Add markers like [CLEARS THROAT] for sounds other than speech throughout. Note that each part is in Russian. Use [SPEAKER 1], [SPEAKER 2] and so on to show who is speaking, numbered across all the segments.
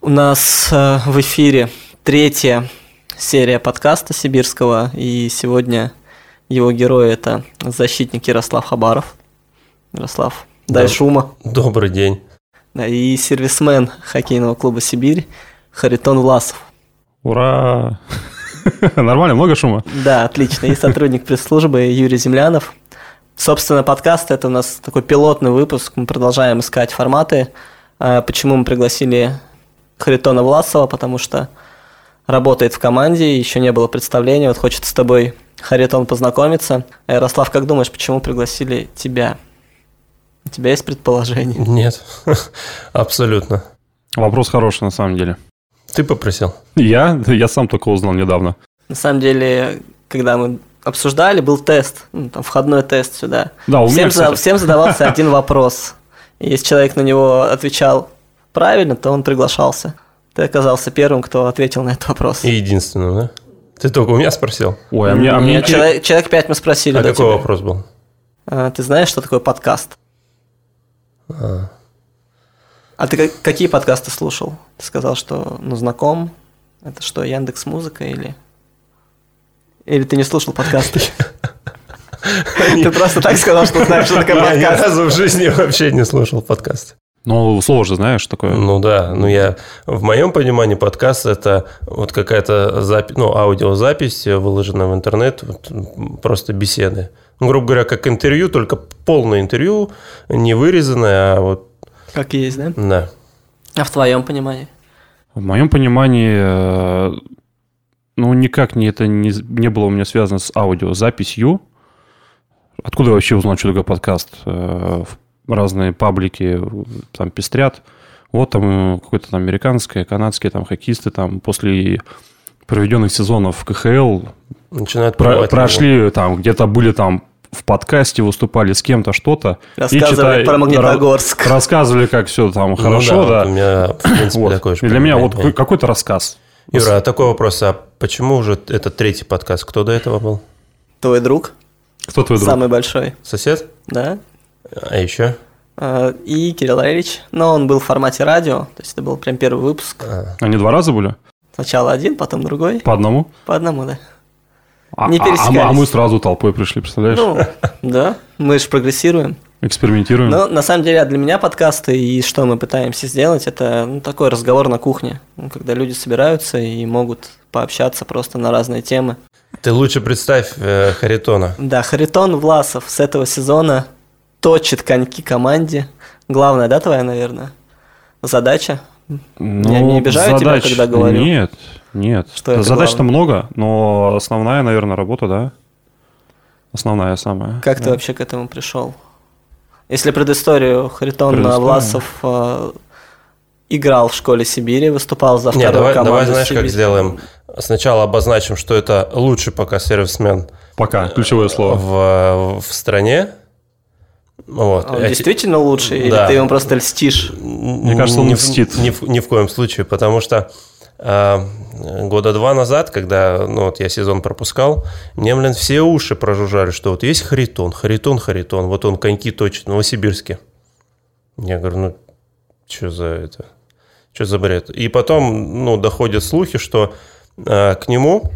[SPEAKER 1] У нас э, в эфире третья серия подкаста сибирского, и сегодня его герой это защитник Ярослав Хабаров. Ярослав,
[SPEAKER 2] Да.
[SPEAKER 1] дай шума.
[SPEAKER 2] Добрый день.
[SPEAKER 1] Да, и сервисмен хоккейного клуба «Сибирь» Харитон Власов.
[SPEAKER 3] Ура! [LAUGHS] Нормально, много шума?
[SPEAKER 1] Да, отлично. И сотрудник пресс-службы Юрий Землянов. Собственно, подкаст – это у нас такой пилотный выпуск. Мы продолжаем искать форматы. А, Почему мы пригласили Харитона Власова? Потому что работает в команде, еще не было представления. Вот хочет с тобой, Харитон, познакомиться. А, Ярослав, как думаешь, почему пригласили тебя? У тебя есть предположение?
[SPEAKER 2] Нет, [LAUGHS] абсолютно.
[SPEAKER 3] Вопрос хороший, на самом деле.
[SPEAKER 2] Ты попросил.
[SPEAKER 3] Я? Я сам только узнал недавно.
[SPEAKER 1] На самом деле, когда мы обсуждали, был тест, ну, там, входной тест сюда.
[SPEAKER 3] Да, А у меня,
[SPEAKER 1] всем, за-
[SPEAKER 3] кстати.
[SPEAKER 1] всем
[SPEAKER 3] [LAUGHS]
[SPEAKER 1] задавался один вопрос. И если человек на него отвечал правильно, то он приглашался. Ты оказался первым, кто ответил на этот вопрос.
[SPEAKER 2] И единственным, да? Ты только у меня спросил.
[SPEAKER 3] Ой, а мне... а
[SPEAKER 1] Нет,
[SPEAKER 3] мне-
[SPEAKER 1] человек, человек пять мы спросили.
[SPEAKER 2] а
[SPEAKER 1] до
[SPEAKER 2] какой
[SPEAKER 1] тебя.
[SPEAKER 2] вопрос был?
[SPEAKER 1] А, Ты знаешь, что такое подкаст?
[SPEAKER 2] А,
[SPEAKER 1] А ты как- какие подкасты слушал? Ты сказал, что ну знаком. Это что, Яндекс Музыка или... Или ты не слушал
[SPEAKER 3] [LAUGHS]
[SPEAKER 1] подкасты? Ты просто так сказал, что знаешь, что
[SPEAKER 3] [LAUGHS]
[SPEAKER 1] такое
[SPEAKER 2] Я ни
[SPEAKER 1] подкаст.
[SPEAKER 2] разу в жизни вообще не слушал подкаст.
[SPEAKER 3] Ну, слово же знаешь такое.
[SPEAKER 2] Ну да, ну я... В моем понимании подкаст это вот какая-то запись, ну, аудиозапись, выложенная в интернет, вот, м, просто беседы. Ну, грубо говоря, как интервью, только полное интервью, не вырезанное, а вот,
[SPEAKER 1] Как есть, да?
[SPEAKER 2] да.
[SPEAKER 1] А в твоем понимании?
[SPEAKER 3] В моем понимании, э, ну, никак не это не, с- не было у меня связано с аудиозаписью. Откуда я вообще узнал, что такое подкаст? Э, в- Разные паблики э, там пестрят. Вот там э, какое-то там американское, канадские там хоккеисты там после проведенных сезонов в КХЛ
[SPEAKER 2] Начинают
[SPEAKER 3] Про-
[SPEAKER 2] плевать на него.
[SPEAKER 3] прошли там, где-то были там в подкасте, выступали с кем-то что-то. и
[SPEAKER 1] Рассказывали
[SPEAKER 3] читай-
[SPEAKER 1] про
[SPEAKER 3] ра-
[SPEAKER 1] Магнитогорск.
[SPEAKER 3] Рассказывали, как все там
[SPEAKER 2] Ну
[SPEAKER 3] хорошо,
[SPEAKER 2] вот
[SPEAKER 3] да.
[SPEAKER 2] у меня, в принципе,
[SPEAKER 3] Вот.
[SPEAKER 2] такое же
[SPEAKER 3] И для меня вот
[SPEAKER 2] понимание.
[SPEAKER 3] какой-то рассказ.
[SPEAKER 2] Юра, а такой вопрос, а почему уже это третий подкаст? Кто до этого был?
[SPEAKER 1] Твой друг?
[SPEAKER 3] Кто твой друг?
[SPEAKER 1] Самый большой,
[SPEAKER 2] Сосед?
[SPEAKER 1] да?
[SPEAKER 2] А еще?
[SPEAKER 1] Э, И Кирилл Ильич. Но он был в формате радио, то есть это был прям первый выпуск.
[SPEAKER 2] А,
[SPEAKER 3] Они два раза были?
[SPEAKER 1] Сначала один, потом другой.
[SPEAKER 3] По одному?
[SPEAKER 1] По одному, да.
[SPEAKER 3] А,
[SPEAKER 1] Не
[SPEAKER 3] а- а мы-
[SPEAKER 1] пересекались.
[SPEAKER 3] А, мы сразу толпой пришли, представляешь?
[SPEAKER 1] Ну, да, мы же прогрессируем.
[SPEAKER 3] Экспериментируем.
[SPEAKER 1] Но на самом деле а для меня подкасты и что мы пытаемся сделать, это ну, такой разговор на кухне, ну, когда люди собираются и могут пообщаться просто на разные темы.
[SPEAKER 2] ты лучше представь э, Харитона.
[SPEAKER 1] Да, Харитон Власов с этого сезона точит коньки команде. Главная, да, твоя, наверное, задача?
[SPEAKER 3] Ну,
[SPEAKER 1] я не обижаю тебя,
[SPEAKER 3] задач-
[SPEAKER 1] когда говорю?
[SPEAKER 3] Нет, нет.
[SPEAKER 1] Что это
[SPEAKER 3] Задач-то много, но основная, наверное, работа, да? Основная самая.
[SPEAKER 1] Как ты
[SPEAKER 3] Да.
[SPEAKER 1] вообще к этому пришел? Если предысторию Харитон
[SPEAKER 3] Предыстория.
[SPEAKER 1] Власов э, играл в школе Сибири, выступал за
[SPEAKER 2] Не,
[SPEAKER 1] вторую
[SPEAKER 2] давай,
[SPEAKER 1] команду
[SPEAKER 2] давай знаешь,
[SPEAKER 1] Сибири.
[SPEAKER 2] как сделаем. Сначала обозначим, что это лучший пока сервисмен
[SPEAKER 3] Пока, ключевое слово.
[SPEAKER 2] в, в стране. Вот.
[SPEAKER 1] А Он
[SPEAKER 2] А те-
[SPEAKER 1] действительно лучший,
[SPEAKER 2] Да.
[SPEAKER 1] или ты ему просто льстишь?
[SPEAKER 2] Мне
[SPEAKER 3] кажется, он мстит.
[SPEAKER 2] Ни, в- ни в коем случае, потому что а, года два назад, когда ну, вот я сезон пропускал, мне, блин, все уши прожужжали, что вот есть Харитон, Харитон, Харитон, вот он коньки точит в Новосибирске. Я говорю, ну, что за это? Что за бред? И потом, ну, доходят слухи, что а, к нему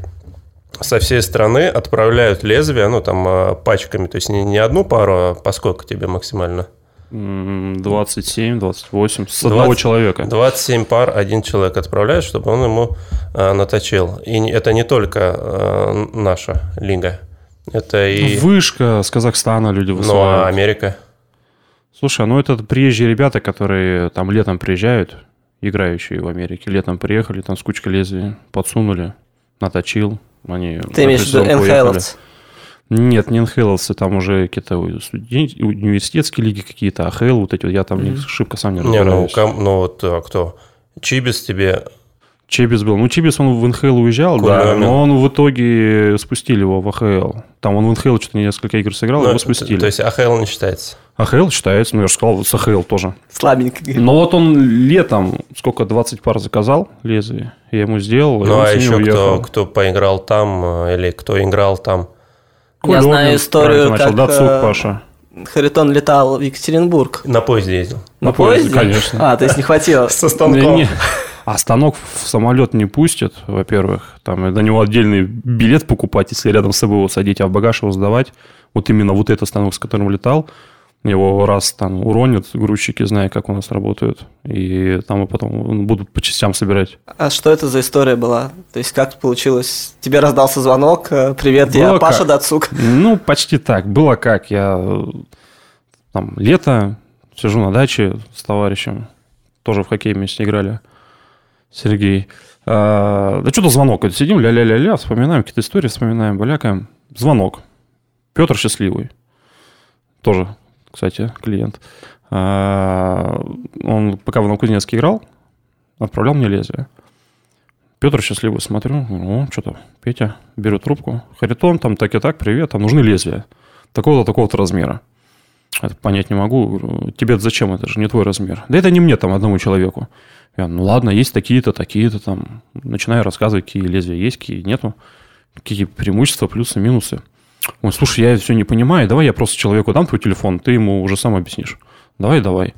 [SPEAKER 2] со всей страны отправляют лезвия, ну, там, а, пачками, то есть не, не одну пару, а по сколько тебе максимально?
[SPEAKER 3] М, 27, 28. С одного
[SPEAKER 2] 20
[SPEAKER 3] человека.
[SPEAKER 2] 27 пар один человек отправляет, чтобы он ему э, наточил. И не- это не только э, наша лига, это и
[SPEAKER 3] Ну, Вышка с Казахстана люди
[SPEAKER 2] ну, а
[SPEAKER 3] высылают.
[SPEAKER 2] Америка.
[SPEAKER 3] Слушай, ну это приезжие ребята, которые там летом приезжают, играющие в Америке. Летом приехали, там с кучкой лезвий подсунули, наточил. Они
[SPEAKER 1] Ты имеешь в виду
[SPEAKER 3] апельсином поехали.
[SPEAKER 1] НХЛовц?
[SPEAKER 3] Нет, не НХЛовцы, там уже какие-то студен- университетские лиги какие-то, АХЛ, вот эти вот, я там не-
[SPEAKER 1] Мгм.
[SPEAKER 3] шибко сам не
[SPEAKER 2] Не, ну,
[SPEAKER 3] разбираюсь.
[SPEAKER 2] ком- ну, вот а, кто? Чибис тебе.
[SPEAKER 3] Чебис был. Ну, Чебис, он в НХЛ уезжал, да,
[SPEAKER 2] Кульманин.
[SPEAKER 3] но он в итоге спустили его в АХЛ. Там он в НХЛ что-то несколько игр сыграл,
[SPEAKER 2] ну,
[SPEAKER 3] его спустили.
[SPEAKER 2] То есть АХЛ не считается.
[SPEAKER 3] АХЛ считается, ну, я же сказал, с АХЛ тоже.
[SPEAKER 1] Слабенько. говорит.
[SPEAKER 3] Но вот он летом сколько, 20 пар заказал лезвие, я ему сделал, и
[SPEAKER 2] ну
[SPEAKER 3] он
[SPEAKER 2] а
[SPEAKER 3] с ними
[SPEAKER 2] еще кто,
[SPEAKER 3] уехал.
[SPEAKER 2] кто поиграл там э, или кто играл там?
[SPEAKER 1] Я
[SPEAKER 3] Кулемин,
[SPEAKER 1] знаю
[SPEAKER 3] правильно
[SPEAKER 1] историю,
[SPEAKER 3] ты начал,
[SPEAKER 1] как
[SPEAKER 3] да, Цук,
[SPEAKER 1] э,
[SPEAKER 3] Паша.
[SPEAKER 1] Харитон летал в Екатеринбург.
[SPEAKER 2] На поезде ездил.
[SPEAKER 3] На поезде, конечно.
[SPEAKER 1] А, то есть не хватило.
[SPEAKER 2] [LAUGHS] Со
[SPEAKER 3] Не, не. А станок в самолет не пустят, во-первых. Там до него отдельный билет покупать, если рядом с собой его садить, а в багаж его сдавать. Вот именно вот этот станок, с которым летал, его раз там уронят грузчики, зная, как у нас работают, и там и потом будут по частям собирать.
[SPEAKER 1] А что это за история была? То есть как получилось? Тебе раздался звонок, э, привет, было я как? Паша Дацук.
[SPEAKER 3] Ну, почти так. Было как, я э, там лето, сижу на даче с товарищем, тоже в хоккей вместе играли, Сергей. А, да что-то звонок, вот сидим, ля-ля-ля-ля, вспоминаем какие-то истории, вспоминаем, балякаем. Звонок. Петр Счастливый. Тоже кстати, клиент. А, Он, пока в Новокузнецке играл, отправлял мне лезвие. Петр счастливый, смотрю, ну, что-то, Петя, беру трубку. Харитон, там так и так, привет, там нужны лезвия. Такого-то, такого-то размера. Это понять не могу. Тебе зачем? Это же не твой размер. Да это не мне, там, одному человеку. Я, ну ладно, есть такие-то, такие-то, там. Начинаю рассказывать, какие лезвия есть, какие нету. Какие преимущества, плюсы, минусы. Ой, слушай, я все не понимаю, давай я просто человеку дам твой телефон, ты ему уже сам объяснишь. Давай, давай.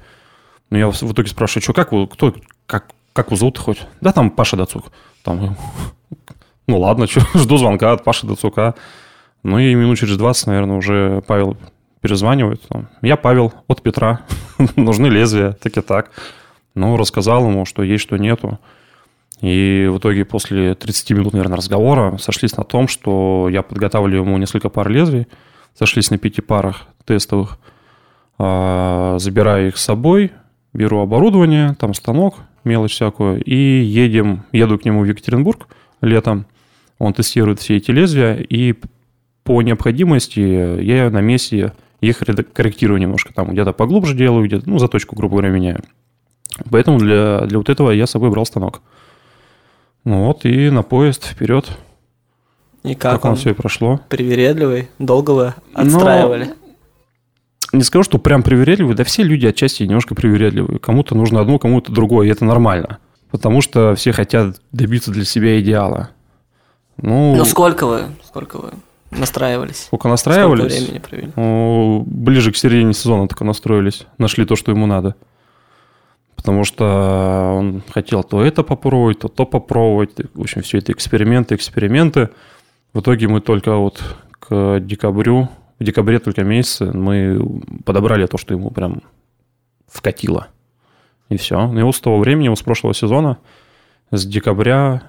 [SPEAKER 3] Но я в итоге спрашиваю, что, как, кто, как, как его зовут хоть? Да там Паша Дацук. Там, ну ладно, что, [LAUGHS] жду звонка от Паши Дацука. Ну и минут через 20, наверное, уже Павел перезванивает. Там, я Павел от Петра, [LAUGHS] нужны лезвия, так и так. Ну, рассказал ему, что есть, что нету. И в итоге после 30 минут, наверное, разговора сошлись на том, что я подготавливаю ему несколько пар лезвий, сошлись на пяти парах тестовых, А, забираю их с собой, беру оборудование, там станок, мелочь всякую, и едем, еду к нему в Екатеринбург летом, он тестирует все эти лезвия, и по необходимости я на месте их корректирую немножко, там где-то поглубже делаю, где-то, ну, заточку, грубо говоря, меняю. Поэтому для, для вот этого я с собой брал станок. Ну вот, и на поезд вперед.
[SPEAKER 1] И как, Ну, как
[SPEAKER 3] он, он все и прошло.
[SPEAKER 1] Привередливый, долго вы отстраивали.
[SPEAKER 3] Но не скажу, что прям привередливый, да все люди отчасти немножко привередливые. Кому-то нужно одно, кому-то другое, и это нормально. Потому что все хотят добиться для себя идеала. Ну,
[SPEAKER 1] Но сколько вы, сколько вы настраивались?
[SPEAKER 3] Сколько настраивались?
[SPEAKER 1] Сколько времени провели?
[SPEAKER 3] Ну, ближе к середине сезона только настроились. Нашли то, что ему надо потому что он хотел то это попробовать, то то попробовать. В общем, все это эксперименты, эксперименты. В итоге мы только вот к декабрю, в декабре только месяце мы подобрали то, что ему прям вкатило. И все. Но его с того времени, его с прошлого сезона, с декабря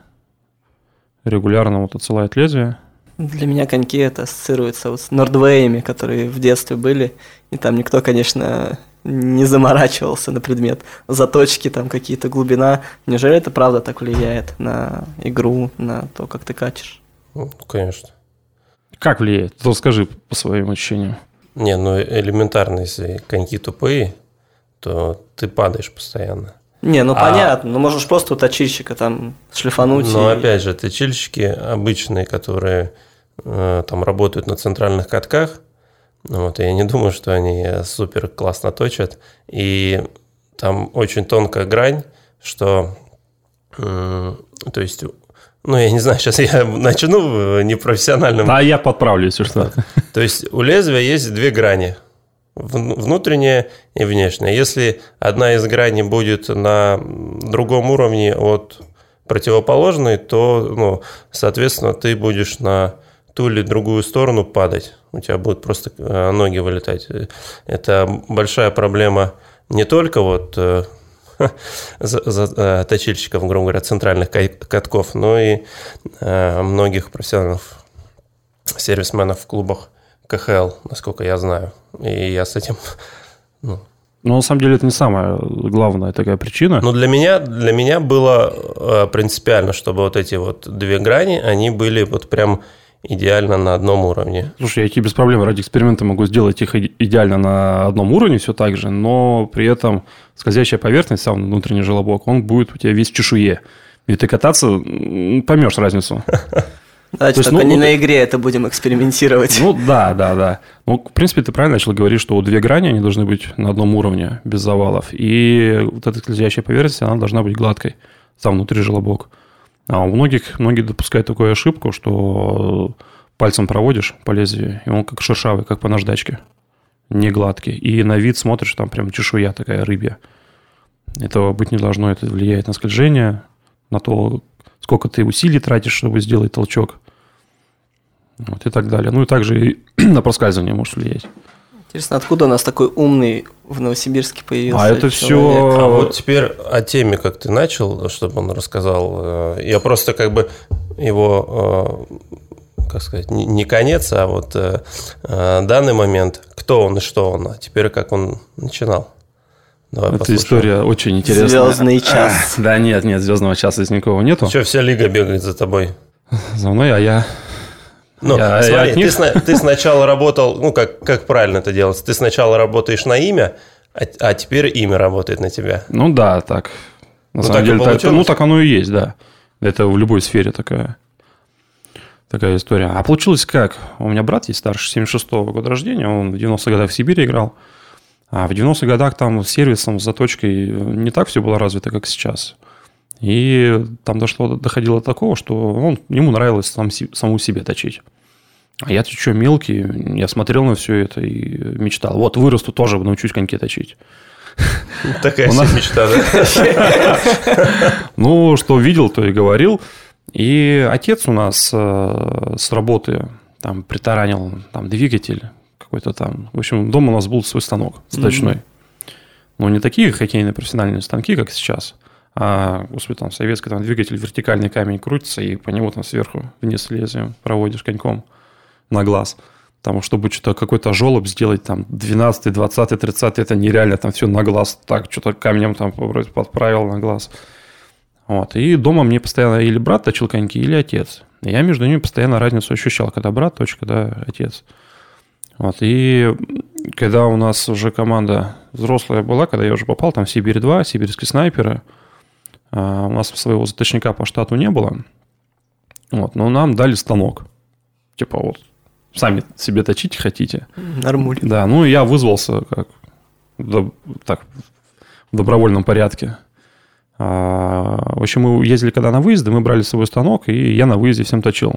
[SPEAKER 3] регулярно вот отсылает лезвие.
[SPEAKER 1] Для меня коньки это ассоциируется вот с нордвеями, которые в детстве были. И там никто, конечно, не заморачивался на предмет заточки, там какие-то глубина. Неужели это правда так влияет на игру, на то, как ты качешь?
[SPEAKER 2] Ну, конечно.
[SPEAKER 3] Как влияет? То скажи по своим ощущениям.
[SPEAKER 2] Не, ну элементарно, если коньки тупые, то ты падаешь постоянно.
[SPEAKER 1] Не, ну а... понятно, ну можешь просто у точильщика там шлифануть.
[SPEAKER 2] Но и... Ну, опять же, точильщики обычные, которые э, там работают на центральных катках, вот, я не думаю, что они супер классно точат. И там очень тонкая грань, что... Э, то есть, ну, я не знаю, [LAUGHS] сейчас я начну непрофессиональным...
[SPEAKER 3] Да, я подправлю, если что.
[SPEAKER 2] То есть, у лезвия есть две грани. Внутренняя и внешняя. Если одна из граней будет на другом уровне от противоположной, то, ну, соответственно, ты будешь на ту или другую сторону падать. У тебя будут просто э, ноги вылетать. Это большая проблема не только вот э, [LAUGHS] за, за, точильщиков, грубо говоря, центральных катков, но и э, многих профессионалов, сервисменов в клубах КХЛ, насколько я знаю. И я с этим...
[SPEAKER 3] Ну, но на самом деле это не самая главная такая причина.
[SPEAKER 2] Но Ну, для меня, для меня было э, принципиально, чтобы вот эти вот две грани, они были вот прям идеально на одном уровне.
[SPEAKER 3] Слушай, я тебе без проблем ради эксперимента могу сделать их идеально на одном уровне все так же, но при этом скользящая поверхность, сам внутренний желобок, он будет у тебя весь в чешуе. И ты кататься поймешь разницу.
[SPEAKER 1] Значит, То есть, только ну, не ну, на игре это будем экспериментировать.
[SPEAKER 3] Ну да, да, да. Ну, в принципе, ты правильно начал говорить, что вот две грани, они должны быть на одном уровне, без завалов. И вот эта скользящая поверхность, она должна быть гладкой, сам внутри желобок. А у многих, многие допускают такую ошибку, что пальцем проводишь по лезвию, и он как шершавый, как по наждачке, не гладкий. И на вид смотришь, там прям чешуя такая рыбья. Этого быть не должно, это влияет на скольжение, на то, сколько ты усилий тратишь, чтобы сделать толчок. Вот и так далее. Ну и также и [CLEARS THROAT] на проскальзывание может влиять.
[SPEAKER 1] Интересно, откуда у нас такой умный в Новосибирске появился?
[SPEAKER 3] А это
[SPEAKER 1] человек?
[SPEAKER 2] А
[SPEAKER 3] Э,
[SPEAKER 2] вот теперь о теме, как ты начал, чтобы он рассказал. э, Я просто как бы его, э, как сказать, не- не конец, а вот э, э, данный момент, кто он и что он, а теперь как он начинал. Давай
[SPEAKER 3] Эта
[SPEAKER 2] послушаем.
[SPEAKER 3] история очень интересная. [CLEARS THROAT]
[SPEAKER 1] Звездный час.
[SPEAKER 3] Да нет, нет, звездного часа здесь никого нету.
[SPEAKER 2] Че, вся лига бегает за тобой?
[SPEAKER 3] За мной, а я...
[SPEAKER 2] Ну,
[SPEAKER 3] Я- я
[SPEAKER 2] смотри,
[SPEAKER 3] от них.
[SPEAKER 2] ты, сна- ты сначала работал, ну, как, как правильно это делается, ты сначала работаешь на имя, а, а теперь имя работает на тебя.
[SPEAKER 3] Ну да, так. На
[SPEAKER 2] Ну,
[SPEAKER 3] самом
[SPEAKER 2] так и
[SPEAKER 3] деле, так,
[SPEAKER 2] получилось.
[SPEAKER 3] ну так оно и есть, да. Это в любой сфере такая, такая история. А получилось как? У меня брат есть старше, 76-го года рождения, он в 90-х годах в Сибири играл. А в 90-х годах там с сервисом, с заточкой не так все было развито, как сейчас. И там дошло, доходило до такого, что он, ему нравилось сам, си- саму себе точить. А я что, мелкий, я смотрел на все это и мечтал. Вот, вырасту, тоже научусь коньки точить.
[SPEAKER 2] Ну, Такая
[SPEAKER 3] У нас-
[SPEAKER 2] себе мечта,
[SPEAKER 3] [LAUGHS]
[SPEAKER 2] да?
[SPEAKER 3] Ну, что видел, то и говорил. И отец у нас э, с работы там притаранил там двигатель какой-то там. В общем, дома у нас был свой станок сточной. Но не такие хоккейные профессиональные станки, как сейчас. А, господи, там советский там двигатель, вертикальный камень крутится, и по нему там сверху вниз лезвием проводишь коньком на глаз. Потому что, чтобы что-то какой-то жолоб сделать, там, 12, 20, 30, это нереально, там все на глаз, так, что-то камнем там вроде подправил на глаз. Вот. И дома мне постоянно или брат точил коньки, или отец. И Я между ними постоянно разницу ощущал, когда брат точит, когда отец. Вот. И когда у нас уже команда взрослая была, когда я уже попал, там Сибирь-2, сибирские снайперы, а, у нас своего заточника по штату не было. Вот. Но нам дали станок. Типа вот, сами себе точите хотите.
[SPEAKER 1] Нормуль.
[SPEAKER 3] Да, ну и я вызвался как доб- так, в добровольном порядке. А, в общем, мы ездили когда на выезды, мы брали с собой станок, и я на выезде всем точил.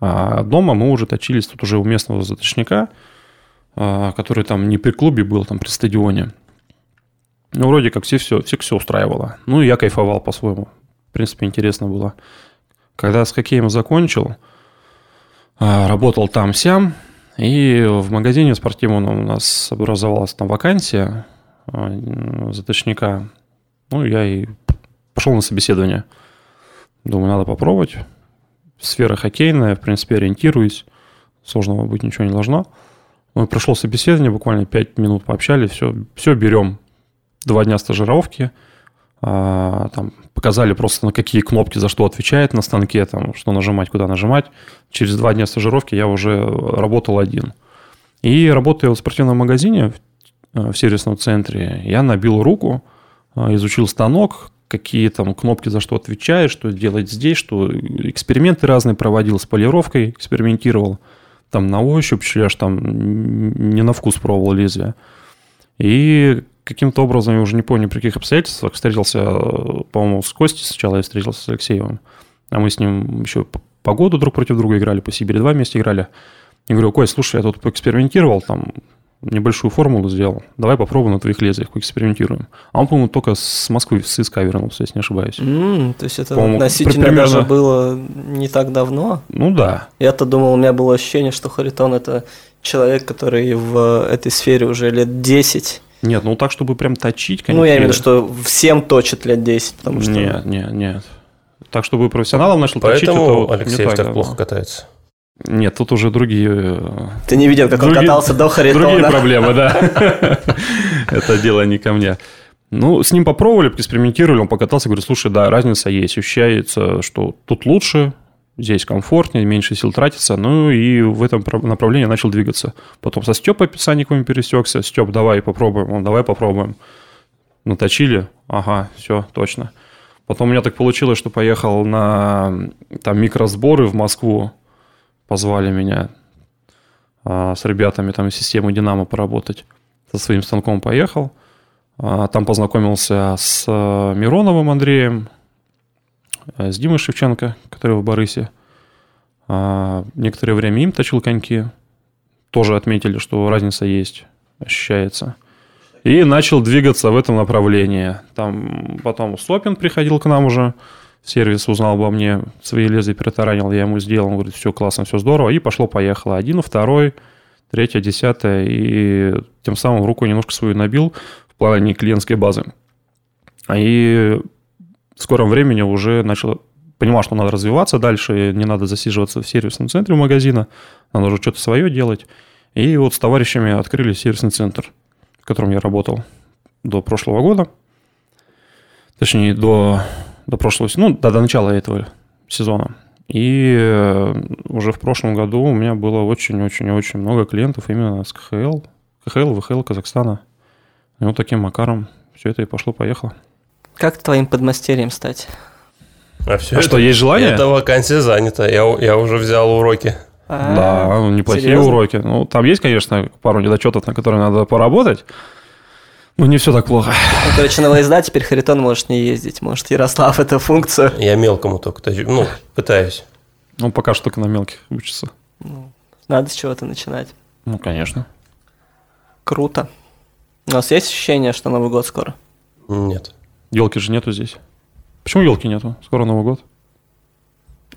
[SPEAKER 3] А дома мы уже точились тут уже у местного заточника, а, который там не при клубе был, там при стадионе. Ну, вроде как все, все, всех все устраивало. Ну, и я кайфовал по-своему. В принципе, интересно было. Когда с хоккеем закончил, а, работал там-сям, и в магазине спортивном у нас образовалась там вакансия а, м, заточника. Ну, я и пошел на собеседование. Думаю, надо попробовать. Сфера хоккейная, в принципе, ориентируюсь. Сложного быть ничего не должно. Ну, прошло собеседование, буквально 5 минут пообщались, все, все берем. Два дня стажировки. А, там показали просто, на какие кнопки за что отвечает на станке, там, что нажимать, куда нажимать через два дня стажировки я уже работал один. И работая в спортивном магазине, в- э, в сервисном центре, я набил руку, э, изучил станок, какие там кнопки за что отвечаешь, что делать здесь, что эксперименты разные проводил с полировкой, экспериментировал. Там на ощупь щеляш, там н- не на вкус пробовал лезвие. И каким-то образом, я уже не помню при каких обстоятельствах, встретился, э, по-моему, с Костей сначала я встретился с Алексеевым. А мы с ним еще п- по году друг против друга играли, по Сибири 2 вместе играли. И говорю, Кость, слушай, я тут поэкспериментировал, там небольшую формулу сделал. Давай попробуем на твоих лезвиях, поэкспериментируем. А он, по-моему, только с Москвы, с ИСКА вернулся, если не ошибаюсь.
[SPEAKER 1] М, То есть это
[SPEAKER 3] По-моему,
[SPEAKER 1] относительно
[SPEAKER 3] примерно-
[SPEAKER 1] даже было не так давно.
[SPEAKER 3] Ну да.
[SPEAKER 1] Я-то думал, у меня было ощущение, что Харитон это человек, который в этой сфере уже лет 10.
[SPEAKER 3] Нет, ну так, чтобы прям точить, конечно.
[SPEAKER 1] Ну, я имею в виду, что всем точит лет 10, потому что...
[SPEAKER 3] Нет, нет, нет. Так, чтобы профессионалом начал точить, это
[SPEAKER 2] Поэтому
[SPEAKER 3] вот не
[SPEAKER 2] Алексеев так
[SPEAKER 3] давно.
[SPEAKER 2] плохо катается.
[SPEAKER 3] Нет, тут уже другие э,
[SPEAKER 1] Ты не видел, как он
[SPEAKER 3] Другие-
[SPEAKER 1] катался до
[SPEAKER 3] Другие
[SPEAKER 1] Харитона.
[SPEAKER 3] проблемы, да. [LAUGHS] Это дело не ко мне. Ну, с ним попробовали, экспериментировали, он покатался, говорю, слушай, да, разница есть, ощущается, что тут лучше, здесь комфортнее, меньше сил тратится, ну и в этом про- направлении начал двигаться. Потом со Степой Писанниковым пересекся, Степ, давай попробуем, он, давай попробуем. Наточили, ага, все, точно. Потом у меня так получилось, что поехал на м, там микросборы в Москву, позвали меня а, с ребятами там из системы «Динамо» поработать. Со своим станком поехал. А, Там познакомился с а, Мироновым Андреем, а, с Димой Шевченко, который в Барысе. А, Некоторое время им точил коньки. Тоже отметили, что разница есть, ощущается. И начал двигаться в этом направлении. Там потом Стопин приходил к нам уже сервис узнал обо мне, свои лезвия перетаранил, я ему сделал, он говорит, все классно, все здорово, и пошло-поехало. Один, второй, третье, десятое, и тем самым руку немножко свою набил в плане клиентской базы. А И в скором времени уже начал понимал, что надо развиваться дальше, не надо засиживаться в сервисном центре магазина, надо уже что-то свое делать. И вот с товарищами открыли сервисный центр, в котором я работал до прошлого года. Точнее, до, до прошлого, ну, до, до начала этого сезона. И э, уже в прошлом году у меня было очень-очень-очень много клиентов именно с КХЛ, КХЛ, ВХЛ Казахстана. И вот таким макаром все это и пошло-поехало.
[SPEAKER 1] Как твоим подмастерьем стать?
[SPEAKER 2] А, все
[SPEAKER 3] А
[SPEAKER 2] это-
[SPEAKER 3] что, есть желание?
[SPEAKER 2] Эта вакансия занята. Я, у- я уже взял уроки.
[SPEAKER 3] Да,
[SPEAKER 1] А,
[SPEAKER 3] ну, неплохие
[SPEAKER 1] серьезно?
[SPEAKER 3] уроки. Ну, там есть, конечно, пару недочетов, на которые надо поработать. Но не все так плохо.
[SPEAKER 1] Ну, Короче, на выезда теперь Харитон может не ездить. Может, Ярослав эту функцию.
[SPEAKER 2] Я мелкому только тащу. Ну, пытаюсь.
[SPEAKER 3] Ну, пока что только на мелких учится.
[SPEAKER 1] Надо с чего-то начинать.
[SPEAKER 3] Ну, конечно.
[SPEAKER 1] Круто. У нас есть ощущение, что Новый год скоро?
[SPEAKER 2] Нет.
[SPEAKER 3] Елки же нету здесь. Почему елки нету? Скоро Новый год.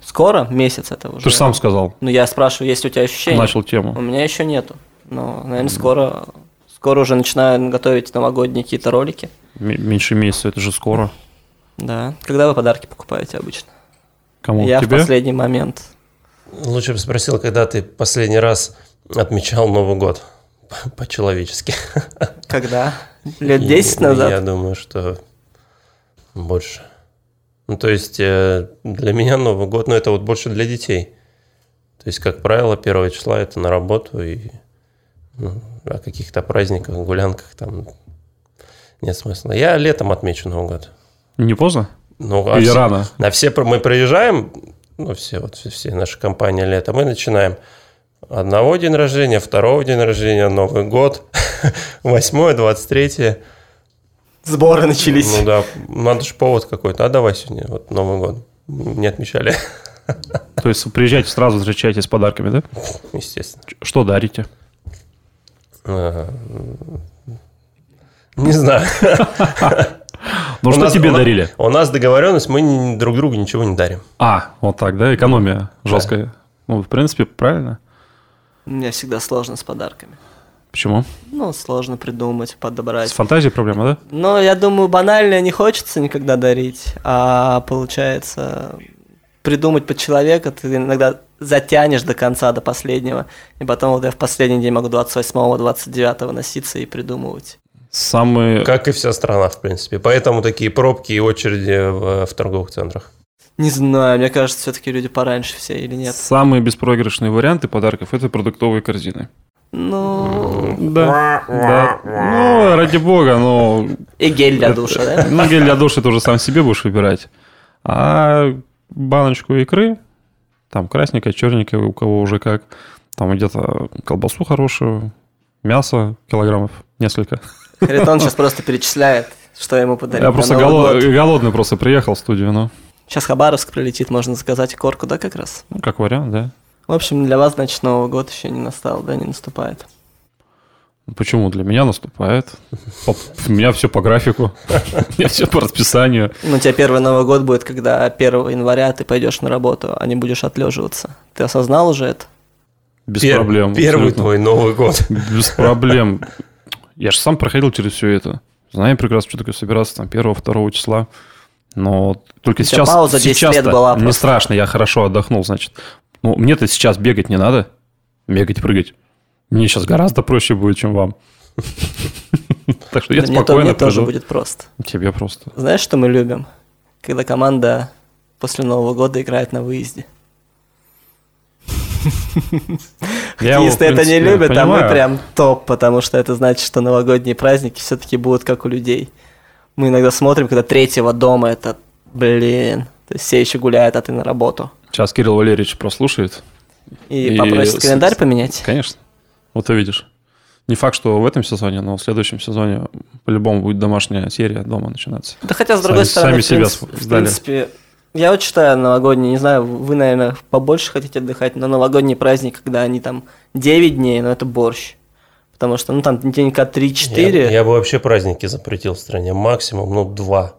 [SPEAKER 1] Скоро? Месяц это уже.
[SPEAKER 3] Ты же сам сказал,
[SPEAKER 1] Ну, я спрашиваю, есть у тебя ощущение?
[SPEAKER 3] начал
[SPEAKER 1] У
[SPEAKER 3] тему.
[SPEAKER 1] меня еще нету. Но, наверное, скоро... Скоро уже начинаю готовить новогодние какие-то ролики.
[SPEAKER 3] М- меньше месяца, это же скоро.
[SPEAKER 1] Да. Когда вы подарки покупаете обычно?
[SPEAKER 3] Кому?
[SPEAKER 1] я
[SPEAKER 3] Тебе?
[SPEAKER 1] в последний момент.
[SPEAKER 2] Лучше бы спросил, когда ты последний раз отмечал Новый год. [LAUGHS] По-человечески.
[SPEAKER 3] [LAUGHS]
[SPEAKER 1] Когда? Лет 10 назад?
[SPEAKER 2] Я думаю, что больше. Ну, то есть, э, для меня Новый год, ну, это вот больше для детей. То есть, как правило, первого числа это на работу и ну, о каких-то праздниках, гулянках там нет смысла. Я летом отмечу Новый год.
[SPEAKER 3] Не поздно?
[SPEAKER 2] Ну, а
[SPEAKER 3] Или
[SPEAKER 2] все-
[SPEAKER 3] рано?
[SPEAKER 2] На все про- мы приезжаем, ну, все, вот, все, все наши компании лето, мы начинаем одного день рождения, второго день рождения, Новый год, [LAUGHS] восьмое, двадцать третье.
[SPEAKER 1] Сборы начались.
[SPEAKER 2] Ну да, надо же повод какой-то. А давай сегодня, вот Новый год. Не отмечали, [LAUGHS]
[SPEAKER 3] То есть приезжайте сразу, встречайтесь с подарками, да?
[SPEAKER 2] естественно.
[SPEAKER 3] Ч- Что дарите?
[SPEAKER 2] А, Не знаю.
[SPEAKER 3] Ну,
[SPEAKER 2] У
[SPEAKER 3] что
[SPEAKER 2] нас-
[SPEAKER 3] тебе
[SPEAKER 2] у на-
[SPEAKER 3] дарили?
[SPEAKER 2] У нас договоренность, мы ни- друг другу ничего не дарим.
[SPEAKER 3] А, вот так, да? Экономия жесткая. Ну, в принципе, правильно.
[SPEAKER 1] Мне всегда сложно с подарками.
[SPEAKER 3] Почему?
[SPEAKER 1] Ну, сложно придумать, подобрать.
[SPEAKER 3] С фантазией проблема, да?
[SPEAKER 1] Но я думаю, банально не хочется никогда дарить, а получается придумать под человека ты иногда затянешь до конца, до последнего, и потом вот я в последний день могу 28-29 носиться и придумывать.
[SPEAKER 3] Самый...
[SPEAKER 2] Как и вся страна, в принципе. Поэтому такие пробки и очереди в, в торговых центрах.
[SPEAKER 1] Не знаю, мне кажется, все-таки люди пораньше все или нет.
[SPEAKER 3] Самые беспроигрышные варианты подарков – это продуктовые корзины.
[SPEAKER 1] Ну,
[SPEAKER 3] Да, да. Ну, ради бога, но...
[SPEAKER 1] и гель для [LAUGHS] душа, да?
[SPEAKER 3] Ну, гель для души ты уже сам себе будешь выбирать. А баночку икры, там красненькая, черненькая, у кого уже как. Там где-то колбасу хорошую, мясо килограммов
[SPEAKER 2] [LAUGHS]
[SPEAKER 3] несколько.
[SPEAKER 1] Харитон сейчас просто перечисляет, что ему подарить.
[SPEAKER 3] Я просто голо- голодный просто приехал в студию, ну.
[SPEAKER 1] Сейчас Хабаровск прилетит, можно заказать корку, да, как раз?
[SPEAKER 3] Ну, как вариант, да.
[SPEAKER 1] В общем, для вас, значит, Новый год еще не настал, да, не наступает.
[SPEAKER 3] Ну, Почему для меня наступает? По- У меня все по графику, [LAUGHS] у меня все по расписанию.
[SPEAKER 1] Ну, у тебя первый Новый год будет, когда 1 января ты пойдешь на работу, а не будешь отлеживаться. Ты осознал уже это?
[SPEAKER 3] Без
[SPEAKER 2] Пер-
[SPEAKER 3] проблем.
[SPEAKER 2] Первый
[SPEAKER 3] абсолютно.
[SPEAKER 2] твой Новый год.
[SPEAKER 3] Без проблем. Я же сам проходил через все это. Знаю прекрасно, что такое собираться там 1-2 числа. Но только
[SPEAKER 1] У тебя
[SPEAKER 3] сейчас...
[SPEAKER 1] пауза 10
[SPEAKER 3] сейчас
[SPEAKER 1] лет была
[SPEAKER 3] Не
[SPEAKER 1] просто.
[SPEAKER 3] страшно, я хорошо отдохнул, значит. Ну, мне-то сейчас бегать не надо. Бегать, прыгать. Мне сейчас гораздо проще будет, чем вам. [LAUGHS] Так что я
[SPEAKER 1] Да мне, то-
[SPEAKER 3] спокойно
[SPEAKER 1] мне тоже
[SPEAKER 3] проживу.
[SPEAKER 1] будет просто. [LAUGHS]
[SPEAKER 3] Тебе просто.
[SPEAKER 1] Знаешь, что мы любим? Когда команда после Нового года играет на выезде.
[SPEAKER 3] Я его, в
[SPEAKER 1] Если это не
[SPEAKER 3] принципе,
[SPEAKER 1] любят, а мы
[SPEAKER 3] понимаю.
[SPEAKER 1] прям топ, потому что это значит, что новогодние праздники все-таки будут как у людей. Мы иногда смотрим, когда третьего дома это, блин, то есть все еще гуляют, а ты на работу.
[SPEAKER 3] Сейчас Кирилл Валерьевич прослушает.
[SPEAKER 1] И,
[SPEAKER 3] И
[SPEAKER 1] попросит
[SPEAKER 3] с-
[SPEAKER 1] календарь
[SPEAKER 3] с-
[SPEAKER 1] поменять.
[SPEAKER 3] Конечно. Вот увидишь. Не факт, что в этом сезоне, но в следующем сезоне по-любому будет домашняя серия дома начинаться.
[SPEAKER 1] Да хотя, с другой стороны,
[SPEAKER 3] Сами- сами
[SPEAKER 1] в,
[SPEAKER 3] себя
[SPEAKER 1] принцип-
[SPEAKER 3] св-
[SPEAKER 1] в
[SPEAKER 3] сдали.
[SPEAKER 1] принципе, я вот считаю новогодние, не знаю, вы, наверное, побольше хотите отдыхать, но новогодний праздник, когда они там 9 дней, но это борщ. Потому что, ну, там денька
[SPEAKER 2] Я,
[SPEAKER 1] 3-4,
[SPEAKER 2] я бы вообще праздники запретил в стране. Максимум, ну, два.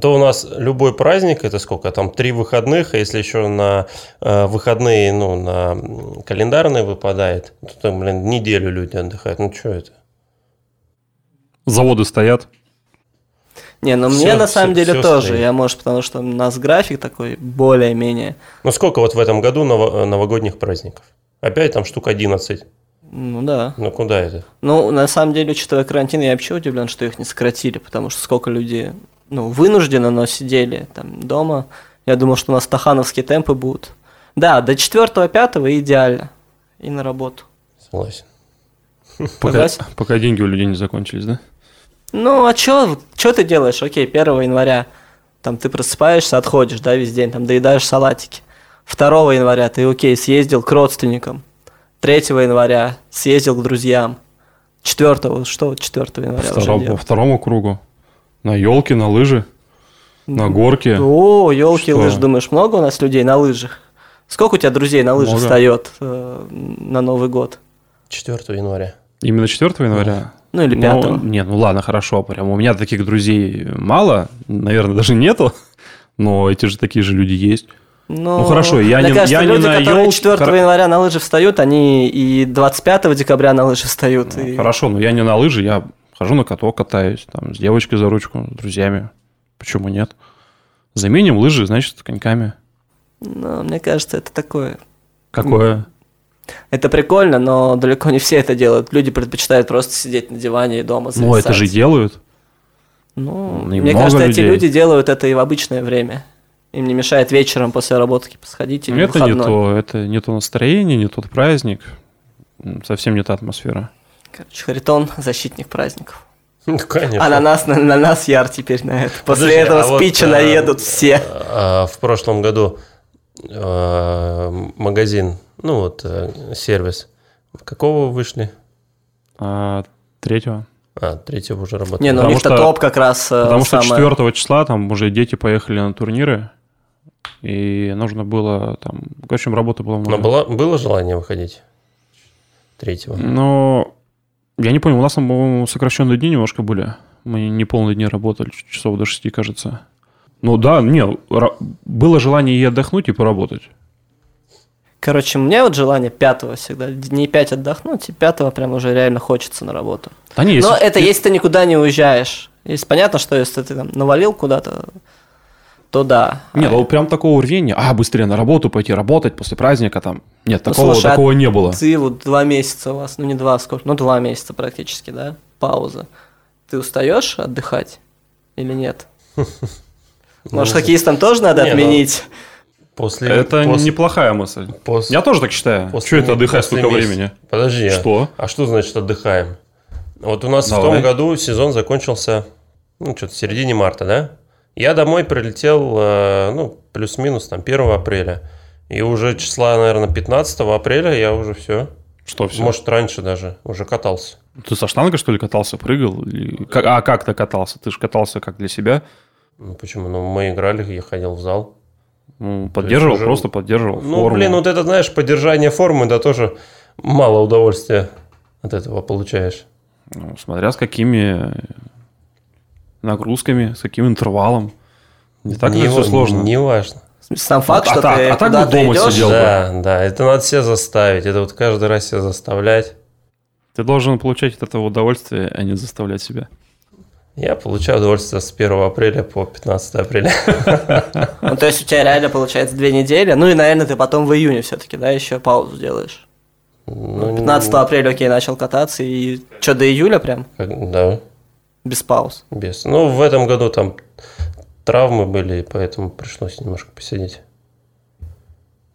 [SPEAKER 2] то у нас любой праздник, это сколько там, три выходных, а если еще на э, выходные, ну, на календарные выпадает, то там, блин, неделю люди отдыхают. Ну, что это?
[SPEAKER 3] Заводы стоят.
[SPEAKER 1] Не, ну
[SPEAKER 2] Всё,
[SPEAKER 1] мне на
[SPEAKER 2] всё-
[SPEAKER 1] самом деле
[SPEAKER 2] всё
[SPEAKER 1] тоже.
[SPEAKER 2] стоит.
[SPEAKER 1] Я, может, потому что у нас график такой более-менее.
[SPEAKER 2] Ну, сколько вот в этом году ново- э, новогодних праздников? Опять там штук 11.
[SPEAKER 1] Ну да.
[SPEAKER 2] Ну, куда это?
[SPEAKER 1] Ну, на самом деле, учитывая карантин, я вообще удивлен, что их не сократили, потому что сколько людей, ну, вынуждены, но сидели там дома. Я думал, что у нас тахановские темпы будут. Да, до 4-5 идеально. И на работу.
[SPEAKER 2] Согласен.
[SPEAKER 3] Пока,
[SPEAKER 1] Согласен.
[SPEAKER 3] пока деньги у людей не закончились, да?
[SPEAKER 1] Ну, а чё, чё ты делаешь? Окей, 1 января там ты просыпаешься, отходишь, да, весь день, там доедаешь салатики. 2 января ты, окей, съездил к родственникам. 3 января съездил к друзьям. 4 что вот 4 января уже
[SPEAKER 3] Второму- по
[SPEAKER 1] делать?
[SPEAKER 3] второму кругу. На елке, на лыжи,
[SPEAKER 1] Ну,
[SPEAKER 3] на горке.
[SPEAKER 1] О, елки,
[SPEAKER 3] Что?
[SPEAKER 1] лыж, думаешь, много у нас людей на лыжах? Сколько у тебя друзей на лыжах
[SPEAKER 3] Много.
[SPEAKER 1] встает э, на Новый год?
[SPEAKER 2] 4 января.
[SPEAKER 3] Именно 4 января?
[SPEAKER 1] Ну или 5
[SPEAKER 3] Ну, не, ну ладно, хорошо. Прям у меня таких друзей мало, наверное, даже нету. Но эти же такие же люди есть. ну, хорошо, я
[SPEAKER 1] мне
[SPEAKER 3] не-
[SPEAKER 1] кажется,
[SPEAKER 3] я не
[SPEAKER 1] люди,
[SPEAKER 3] на
[SPEAKER 1] которые
[SPEAKER 3] ёлке,
[SPEAKER 1] 4
[SPEAKER 3] хоро-
[SPEAKER 1] января на лыжи встают, они и 25 декабря на лыжи встают. и-
[SPEAKER 3] Ну, Хорошо, но я не на лыжи, я хожу на каток, катаюсь, там, с девочкой за ручку, с друзьями. Почему нет? Заменим лыжи, значит, коньками.
[SPEAKER 1] Но мне кажется, это такое.
[SPEAKER 3] Какое?
[SPEAKER 1] Это прикольно, но далеко не все это делают. Люди предпочитают просто сидеть на диване и дома
[SPEAKER 3] Ну, это же
[SPEAKER 1] зависать.
[SPEAKER 3] делают.
[SPEAKER 1] Ну,
[SPEAKER 3] И
[SPEAKER 1] мне
[SPEAKER 3] много
[SPEAKER 1] кажется, эти
[SPEAKER 3] людей.
[SPEAKER 1] люди делают это и в обычное время. Им не мешает вечером после работы типа, сходить или в
[SPEAKER 3] Ну, это не
[SPEAKER 1] выходной.
[SPEAKER 3] то, это не то настроение, не тот праздник. М, Совсем не та атмосфера.
[SPEAKER 1] Короче, Харитон – защитник праздников.
[SPEAKER 2] Ну, конечно.
[SPEAKER 1] А на нас, на, на нас яр теперь на это. После
[SPEAKER 2] Подожди,
[SPEAKER 1] этого
[SPEAKER 2] а вот,
[SPEAKER 1] спича
[SPEAKER 2] а,
[SPEAKER 1] наедут все.
[SPEAKER 2] А, в прошлом году а, магазин, ну вот э, сервис, какого вы вышли?
[SPEAKER 3] А третьего?
[SPEAKER 2] А, третьего уже работает.
[SPEAKER 1] Не, ну у
[SPEAKER 3] Потому
[SPEAKER 1] них-то
[SPEAKER 3] что-
[SPEAKER 1] топ как раз э,
[SPEAKER 3] Потому что
[SPEAKER 1] самое.
[SPEAKER 3] 4 числа там уже дети поехали на турниры, и нужно было там... В общем, работа была много.
[SPEAKER 2] Но было, было желание выходить? Третьего.
[SPEAKER 3] типа. Но я не понял, у нас там, по-моему, сокращенные дни немножко были. Мы не полные дни работали, ч- часов до 6, кажется. Ну да, не, ра- было желание и отдохнуть, и поработать.
[SPEAKER 1] Короче, мне вот желание пятого всегда, дней пять отдохнуть, и пятого прям уже реально хочется на работу.
[SPEAKER 3] Да А не, если-
[SPEAKER 1] Но это если ты никуда не уезжаешь. Если понятно, что если ты там навалил куда-то, то да.
[SPEAKER 3] Нет, ну, прям такого рвения. А, быстрее на работу пойти работать после праздника там. Нет,
[SPEAKER 1] Ну,
[SPEAKER 3] такого,
[SPEAKER 1] слушай, а
[SPEAKER 3] такого не было.
[SPEAKER 1] Ты вот два месяца у вас, ну не два, сколько, ну два месяца практически, да, пауза. Ты устаешь отдыхать или
[SPEAKER 3] [LAUGHS]
[SPEAKER 1] нет? Может,
[SPEAKER 2] Ну,
[SPEAKER 1] хоккеистам тоже надо
[SPEAKER 2] Не, ну,
[SPEAKER 1] отменить?
[SPEAKER 2] После,
[SPEAKER 3] Это
[SPEAKER 2] пос-
[SPEAKER 3] неплохая мысль.
[SPEAKER 2] пос-
[SPEAKER 3] Я тоже так считаю.
[SPEAKER 2] после
[SPEAKER 3] Че это
[SPEAKER 2] ме-
[SPEAKER 3] отдыхать
[SPEAKER 2] после
[SPEAKER 3] столько
[SPEAKER 2] месяца.
[SPEAKER 3] времени?
[SPEAKER 2] Подожди. а-
[SPEAKER 3] Что?
[SPEAKER 2] А что значит отдыхаем? Вот у нас в
[SPEAKER 3] Давай.
[SPEAKER 2] том году сезон закончился, ну, что-то в середине марта, да? Я домой прилетел, э, ну, плюс-минус, там, 1 апреля. И уже числа, наверное, 15 апреля я уже все.
[SPEAKER 3] Что все?
[SPEAKER 2] Может, раньше даже уже катался.
[SPEAKER 3] Ты со штангой, что ли, катался, прыгал? Или- Как- А как ты катался? Ты же катался как для себя?
[SPEAKER 2] Ну, почему? Ну, мы играли, я ходил в зал.
[SPEAKER 3] Ну, поддерживал,
[SPEAKER 2] уже-
[SPEAKER 3] просто поддерживал
[SPEAKER 2] Ну,
[SPEAKER 3] форму.
[SPEAKER 2] блин, вот это, знаешь, поддержание формы, да тоже мало удовольствия от этого получаешь.
[SPEAKER 3] Ну, Смотря с какими нагрузками, с каким интервалом. Не так
[SPEAKER 2] Не
[SPEAKER 3] же все
[SPEAKER 2] во-
[SPEAKER 3] сложно.
[SPEAKER 2] Не важно.
[SPEAKER 1] Сам факт,
[SPEAKER 3] а
[SPEAKER 1] что
[SPEAKER 3] так-
[SPEAKER 1] ты
[SPEAKER 3] а так бы
[SPEAKER 1] куда-то
[SPEAKER 3] дома
[SPEAKER 1] идёшь,
[SPEAKER 3] сидел.
[SPEAKER 2] Да, да, это надо себя заставить. Это вот каждый раз себя заставлять.
[SPEAKER 3] Ты должен получать от этого удовольствие, а не заставлять себя.
[SPEAKER 2] Я получаю удовольствие с 1 апреля по 15 апреля. [LAUGHS]
[SPEAKER 1] Ну, то есть у тебя реально получается две недели, ну и, наверное, ты потом в июне все-таки, да, еще паузу делаешь.
[SPEAKER 2] Ну,
[SPEAKER 1] 15 апреля, окей, начал кататься, и что, до июля прям?
[SPEAKER 2] как- Да,
[SPEAKER 1] Без пауз.
[SPEAKER 2] без. Ну, в этом году там травмы были, поэтому пришлось немножко посидеть.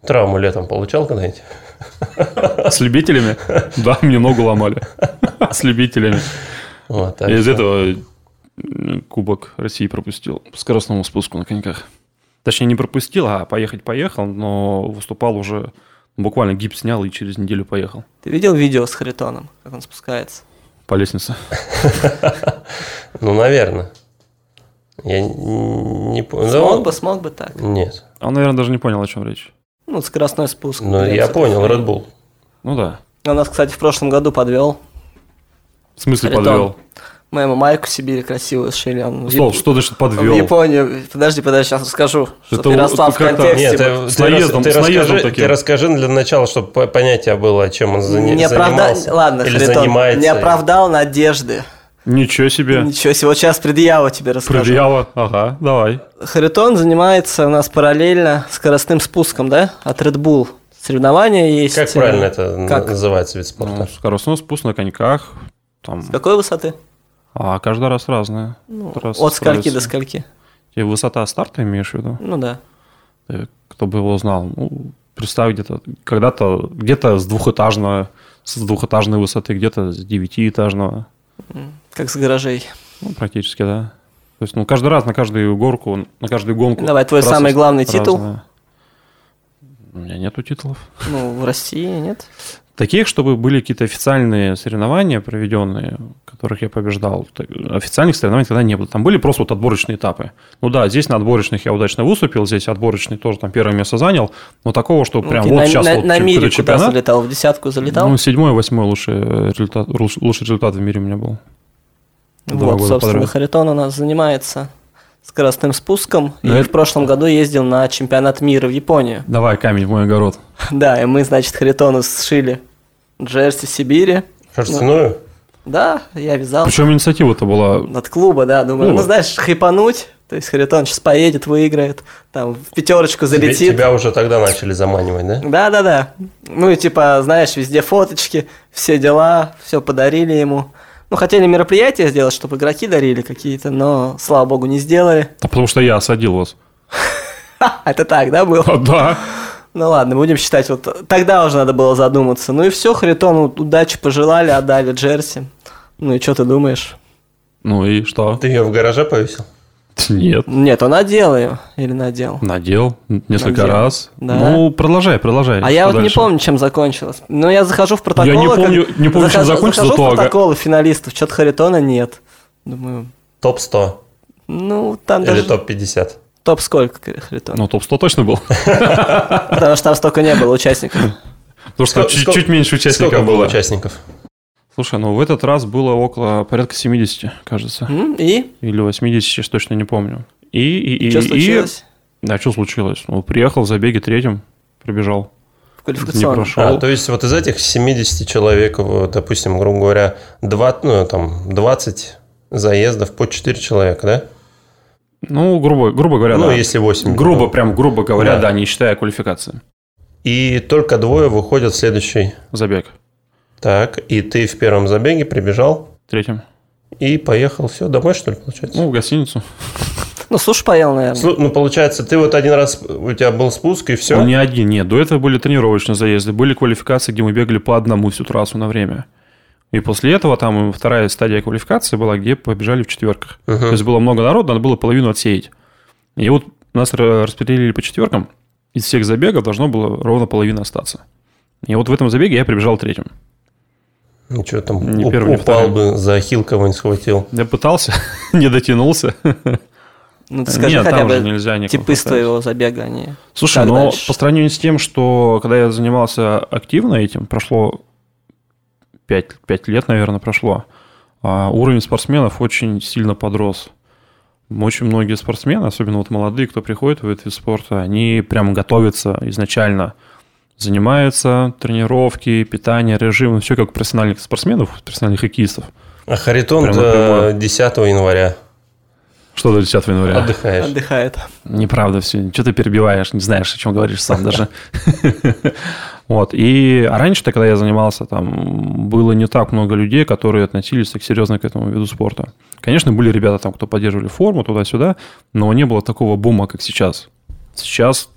[SPEAKER 2] Травму летом получал когда-нибудь? [LAUGHS]
[SPEAKER 3] С любителями? Да, мне ногу ломали. С любителями.
[SPEAKER 2] Вот, Ну, а так
[SPEAKER 3] Я из
[SPEAKER 2] что-
[SPEAKER 3] этого м, Кубок России пропустил по скоростному спуску на коньках. Точнее, не пропустил, а поехать поехал, но выступал уже буквально гипс снял и через неделю поехал
[SPEAKER 1] Ты видел видео с Харитоном, как он спускается?
[SPEAKER 3] по лестнице.
[SPEAKER 2] Ну, наверное. Я н- не понял.
[SPEAKER 1] Смог бы, смог бы так.
[SPEAKER 2] Нет.
[SPEAKER 3] А Он, наверное, даже не понял, о чем речь.
[SPEAKER 1] Ну, скоростной спуск.
[SPEAKER 2] Ну,
[SPEAKER 1] прям
[SPEAKER 2] я
[SPEAKER 1] с-
[SPEAKER 2] понял, Red Bull.
[SPEAKER 3] Ну да.
[SPEAKER 1] Он нас, кстати, в прошлом году подвел.
[SPEAKER 3] В смысле
[SPEAKER 1] Харитон.
[SPEAKER 3] подвел? Ну,
[SPEAKER 1] Моему Майку в Сибири красиво шили. Он в
[SPEAKER 3] Слов,
[SPEAKER 1] Яп-
[SPEAKER 3] что значит
[SPEAKER 1] в
[SPEAKER 3] подвел?
[SPEAKER 1] Японию. Подожди, подожди, сейчас расскажу.
[SPEAKER 3] Это
[SPEAKER 1] чтоб Ярослав в
[SPEAKER 3] как-то-
[SPEAKER 1] контексте.
[SPEAKER 2] Нет,
[SPEAKER 1] был.
[SPEAKER 2] ты,
[SPEAKER 3] С
[SPEAKER 2] ты рас-
[SPEAKER 3] наездом-
[SPEAKER 2] ты
[SPEAKER 3] с наездом
[SPEAKER 2] расскажи,
[SPEAKER 3] таким.
[SPEAKER 2] ты расскажи для начала, чтобы понятие было, чем он зане-
[SPEAKER 1] не оправдал,
[SPEAKER 2] занимался.
[SPEAKER 1] ладно,
[SPEAKER 2] или
[SPEAKER 1] Харитон,
[SPEAKER 2] занимается.
[SPEAKER 1] не оправдал надежды.
[SPEAKER 3] Ничего себе.
[SPEAKER 1] Ничего себе, вот сейчас предъяву тебе расскажу.
[SPEAKER 3] Предъява. Ага, давай.
[SPEAKER 1] Харитон занимается у нас параллельно скоростным спуском, да, от Red Bull. Соревнования есть.
[SPEAKER 2] Как
[SPEAKER 1] э,
[SPEAKER 2] правильно это
[SPEAKER 1] как?
[SPEAKER 2] называется вид
[SPEAKER 3] Ну,
[SPEAKER 2] спорта?
[SPEAKER 3] скоростной спуск на коньках. Там,
[SPEAKER 1] С какой высоты?
[SPEAKER 3] а каждый раз разное.
[SPEAKER 1] Ну,
[SPEAKER 3] Раз
[SPEAKER 1] от скольки до
[SPEAKER 3] строится.
[SPEAKER 1] скольки?
[SPEAKER 3] И высота старта имеешь в виду?
[SPEAKER 1] Ну да.
[SPEAKER 3] Э, Кто бы его знал? Ну, представь, где-то когда-то где-то с двухэтажного, с двухэтажной высоты, где-то с девятиэтажного.
[SPEAKER 1] Как с гаражей.
[SPEAKER 3] Ну, практически, да. То есть, ну, каждый раз на каждую горку, на каждую гонку.
[SPEAKER 1] Давай, твой
[SPEAKER 3] трасса
[SPEAKER 1] самый главный титул?
[SPEAKER 3] разная. У меня нету титулов.
[SPEAKER 1] Ну, в России нет.
[SPEAKER 3] Таких, чтобы были какие-то официальные соревнования проведенные, в которых я побеждал, так, официальных соревнований тогда не было. Там были просто вот отборочные этапы. Ну да, здесь на отборочных я удачно выступил, здесь отборочный тоже там первое место занял, но такого, что
[SPEAKER 1] Ну,
[SPEAKER 3] прям
[SPEAKER 1] ты
[SPEAKER 3] вот
[SPEAKER 1] на,
[SPEAKER 3] сейчас
[SPEAKER 1] на-
[SPEAKER 3] вот
[SPEAKER 1] на
[SPEAKER 3] какой-то
[SPEAKER 1] мире куда
[SPEAKER 3] чемпионат.
[SPEAKER 1] залетал? В десятку залетал?
[SPEAKER 3] Ну, седьмой, восьмой лучший э, результат, лучший лучший результат в мире у меня был. два
[SPEAKER 1] вот,
[SPEAKER 3] года
[SPEAKER 1] собственно,
[SPEAKER 3] подряд.
[SPEAKER 1] Харитон у нас занимается скоростным спуском.
[SPEAKER 3] Но
[SPEAKER 1] и
[SPEAKER 3] Ну, это-
[SPEAKER 1] в прошлом году ездил на чемпионат мира в Японию. [LAUGHS]
[SPEAKER 3] Давай камень в мой огород.
[SPEAKER 1] Да, и мы, значит, Харитону сшили джерси Сибири.
[SPEAKER 2] Шерстяную?
[SPEAKER 1] Да, я вязал.
[SPEAKER 3] Причем инициатива-то была...
[SPEAKER 1] От клуба, да, думаю,
[SPEAKER 3] Ну,
[SPEAKER 1] ну,
[SPEAKER 3] вот.
[SPEAKER 1] знаешь, хайпануть, то есть Харитон сейчас поедет, выиграет, там, в пятерочку
[SPEAKER 2] Тебе-
[SPEAKER 1] залетит.
[SPEAKER 2] Тебя уже тогда начали заманивать, да?
[SPEAKER 1] Да-да-да, ну и типа, знаешь, везде фоточки, все дела, все подарили ему. Ну, хотели мероприятие сделать, чтобы игроки дарили какие-то, но, слава богу, не сделали. [LAUGHS]
[SPEAKER 3] Да потому что я осадил вас.
[SPEAKER 1] Ха, это так, да, было?
[SPEAKER 3] А, да.
[SPEAKER 1] Ну ладно, будем считать, вот тогда уже надо было задуматься. Ну и все, Харитону удачи пожелали, отдали Джерси. Ну и что ты думаешь?
[SPEAKER 3] Ну и что?
[SPEAKER 2] Ты ее в гараже повесил?
[SPEAKER 3] Нет.
[SPEAKER 1] Нет, он одел ее, или надел.
[SPEAKER 3] Надел н- несколько
[SPEAKER 1] Надел.
[SPEAKER 3] раз.
[SPEAKER 1] Да.
[SPEAKER 3] Ну, продолжай, продолжай.
[SPEAKER 1] А я
[SPEAKER 3] Что
[SPEAKER 1] вот не
[SPEAKER 3] дальше?
[SPEAKER 1] помню, чем закончилось. Но я захожу в протоколы.
[SPEAKER 3] Я не
[SPEAKER 1] как-
[SPEAKER 3] помню- не помню, чем
[SPEAKER 1] захожу,
[SPEAKER 3] закончилось,
[SPEAKER 1] захожу
[SPEAKER 3] зато
[SPEAKER 1] в
[SPEAKER 3] ага.
[SPEAKER 1] протоколы финалистов. Что-то Харитона нет. Думаю,
[SPEAKER 2] Топ-100
[SPEAKER 1] ну, там
[SPEAKER 2] или
[SPEAKER 1] даже топ.
[SPEAKER 2] топ-50?
[SPEAKER 1] сколько Харитона.
[SPEAKER 3] Ну, топ-100 точно был.
[SPEAKER 1] [LAUGHS]
[SPEAKER 3] [LAUGHS]
[SPEAKER 1] Потому что там столько не было участников.
[SPEAKER 3] Потому что
[SPEAKER 2] Сколько-
[SPEAKER 3] чуть,
[SPEAKER 2] сколько-
[SPEAKER 3] чуть меньше
[SPEAKER 2] Сколько
[SPEAKER 3] участников
[SPEAKER 2] было
[SPEAKER 3] было.
[SPEAKER 2] участников?
[SPEAKER 3] Слушай, ну в этот раз было около порядка 70, кажется.
[SPEAKER 1] М, И?
[SPEAKER 3] Или 80, сейчас точно не помню. И, и, и,
[SPEAKER 1] Что
[SPEAKER 3] и-
[SPEAKER 1] случилось?
[SPEAKER 3] Да, что случилось? Ну, приехал в забеге третьим, пробежал.
[SPEAKER 1] В квалификационном.
[SPEAKER 3] прошло.
[SPEAKER 2] А,
[SPEAKER 3] Шел.
[SPEAKER 2] то есть вот из этих 70 человек, вот, допустим, грубо говоря, 20, ну, там, 20 заездов по 4 человека, да?
[SPEAKER 3] Ну, грубо, грубо говоря,
[SPEAKER 2] ну,
[SPEAKER 3] да.
[SPEAKER 2] если 8.
[SPEAKER 3] Грубо, прям грубо говоря,
[SPEAKER 2] Да.
[SPEAKER 3] да, не считая квалификации.
[SPEAKER 2] И только двое выходят в следующий.
[SPEAKER 3] Забег
[SPEAKER 2] Так, и ты в первом забеге прибежал
[SPEAKER 3] третьим.
[SPEAKER 2] и поехал. Все, домой, что ли, получается?
[SPEAKER 3] Ну, в гостиницу.
[SPEAKER 1] Ну, слушай, поел, наверное.
[SPEAKER 2] Слу- Ну, получается, ты вот один раз, у тебя был спуск, и все?
[SPEAKER 3] Он не один, нет. До этого были тренировочные заезды, были квалификации, где мы бегали по одному всю трассу на время. И после этого там вторая стадия квалификации была, где побежали в четверках.
[SPEAKER 2] Мгм.
[SPEAKER 3] То есть было много народа, надо было половину отсеять. И вот нас ра- распределили по четверкам. Из всех забегов должно было ровно половина остаться. И вот в этом забеге я прибежал третьим.
[SPEAKER 2] Ничего Ну, там,
[SPEAKER 3] Не
[SPEAKER 2] уп-
[SPEAKER 3] первый, не
[SPEAKER 2] упал
[SPEAKER 3] второй.
[SPEAKER 2] бы, за хил кого-нибудь схватил.
[SPEAKER 3] Я пытался, [LAUGHS] не дотянулся.
[SPEAKER 1] Ну, ты скажи
[SPEAKER 3] Э, Нет,
[SPEAKER 1] хотя
[SPEAKER 3] там уже
[SPEAKER 1] бы
[SPEAKER 3] нельзя никого
[SPEAKER 1] типы с
[SPEAKER 3] поставить.
[SPEAKER 1] твоего забега, они...
[SPEAKER 3] Слушай, ну,
[SPEAKER 1] Как
[SPEAKER 3] но
[SPEAKER 1] дальше?
[SPEAKER 3] по сравнению с тем, что когда я занимался активно этим, прошло 5, лет, наверное, прошло, а уровень спортсменов очень сильно подрос. Очень многие спортсмены, особенно вот молодые, кто приходит в этот вид спорта, они прям готовятся изначально, занимаются, тренировки, питание, режим, все как у профессиональных спортсменов, профессиональных хоккеистов.
[SPEAKER 2] А Харитон
[SPEAKER 3] Прямо
[SPEAKER 2] до
[SPEAKER 3] прямой.
[SPEAKER 2] 10 января
[SPEAKER 3] Что до 10 января?
[SPEAKER 1] А
[SPEAKER 2] отдыхаешь.
[SPEAKER 1] Отдыхает.
[SPEAKER 3] Неправда все. Что ты перебиваешь, не знаешь, о чем говоришь сам даже. [LAUGHS] Вот. И а раньше-то, когда я занимался, там было не так много людей, которые относились так серьезно к этому виду спорта. Конечно, были ребята там, кто поддерживали форму туда-сюда, но не было такого бума, как сейчас. Сейчас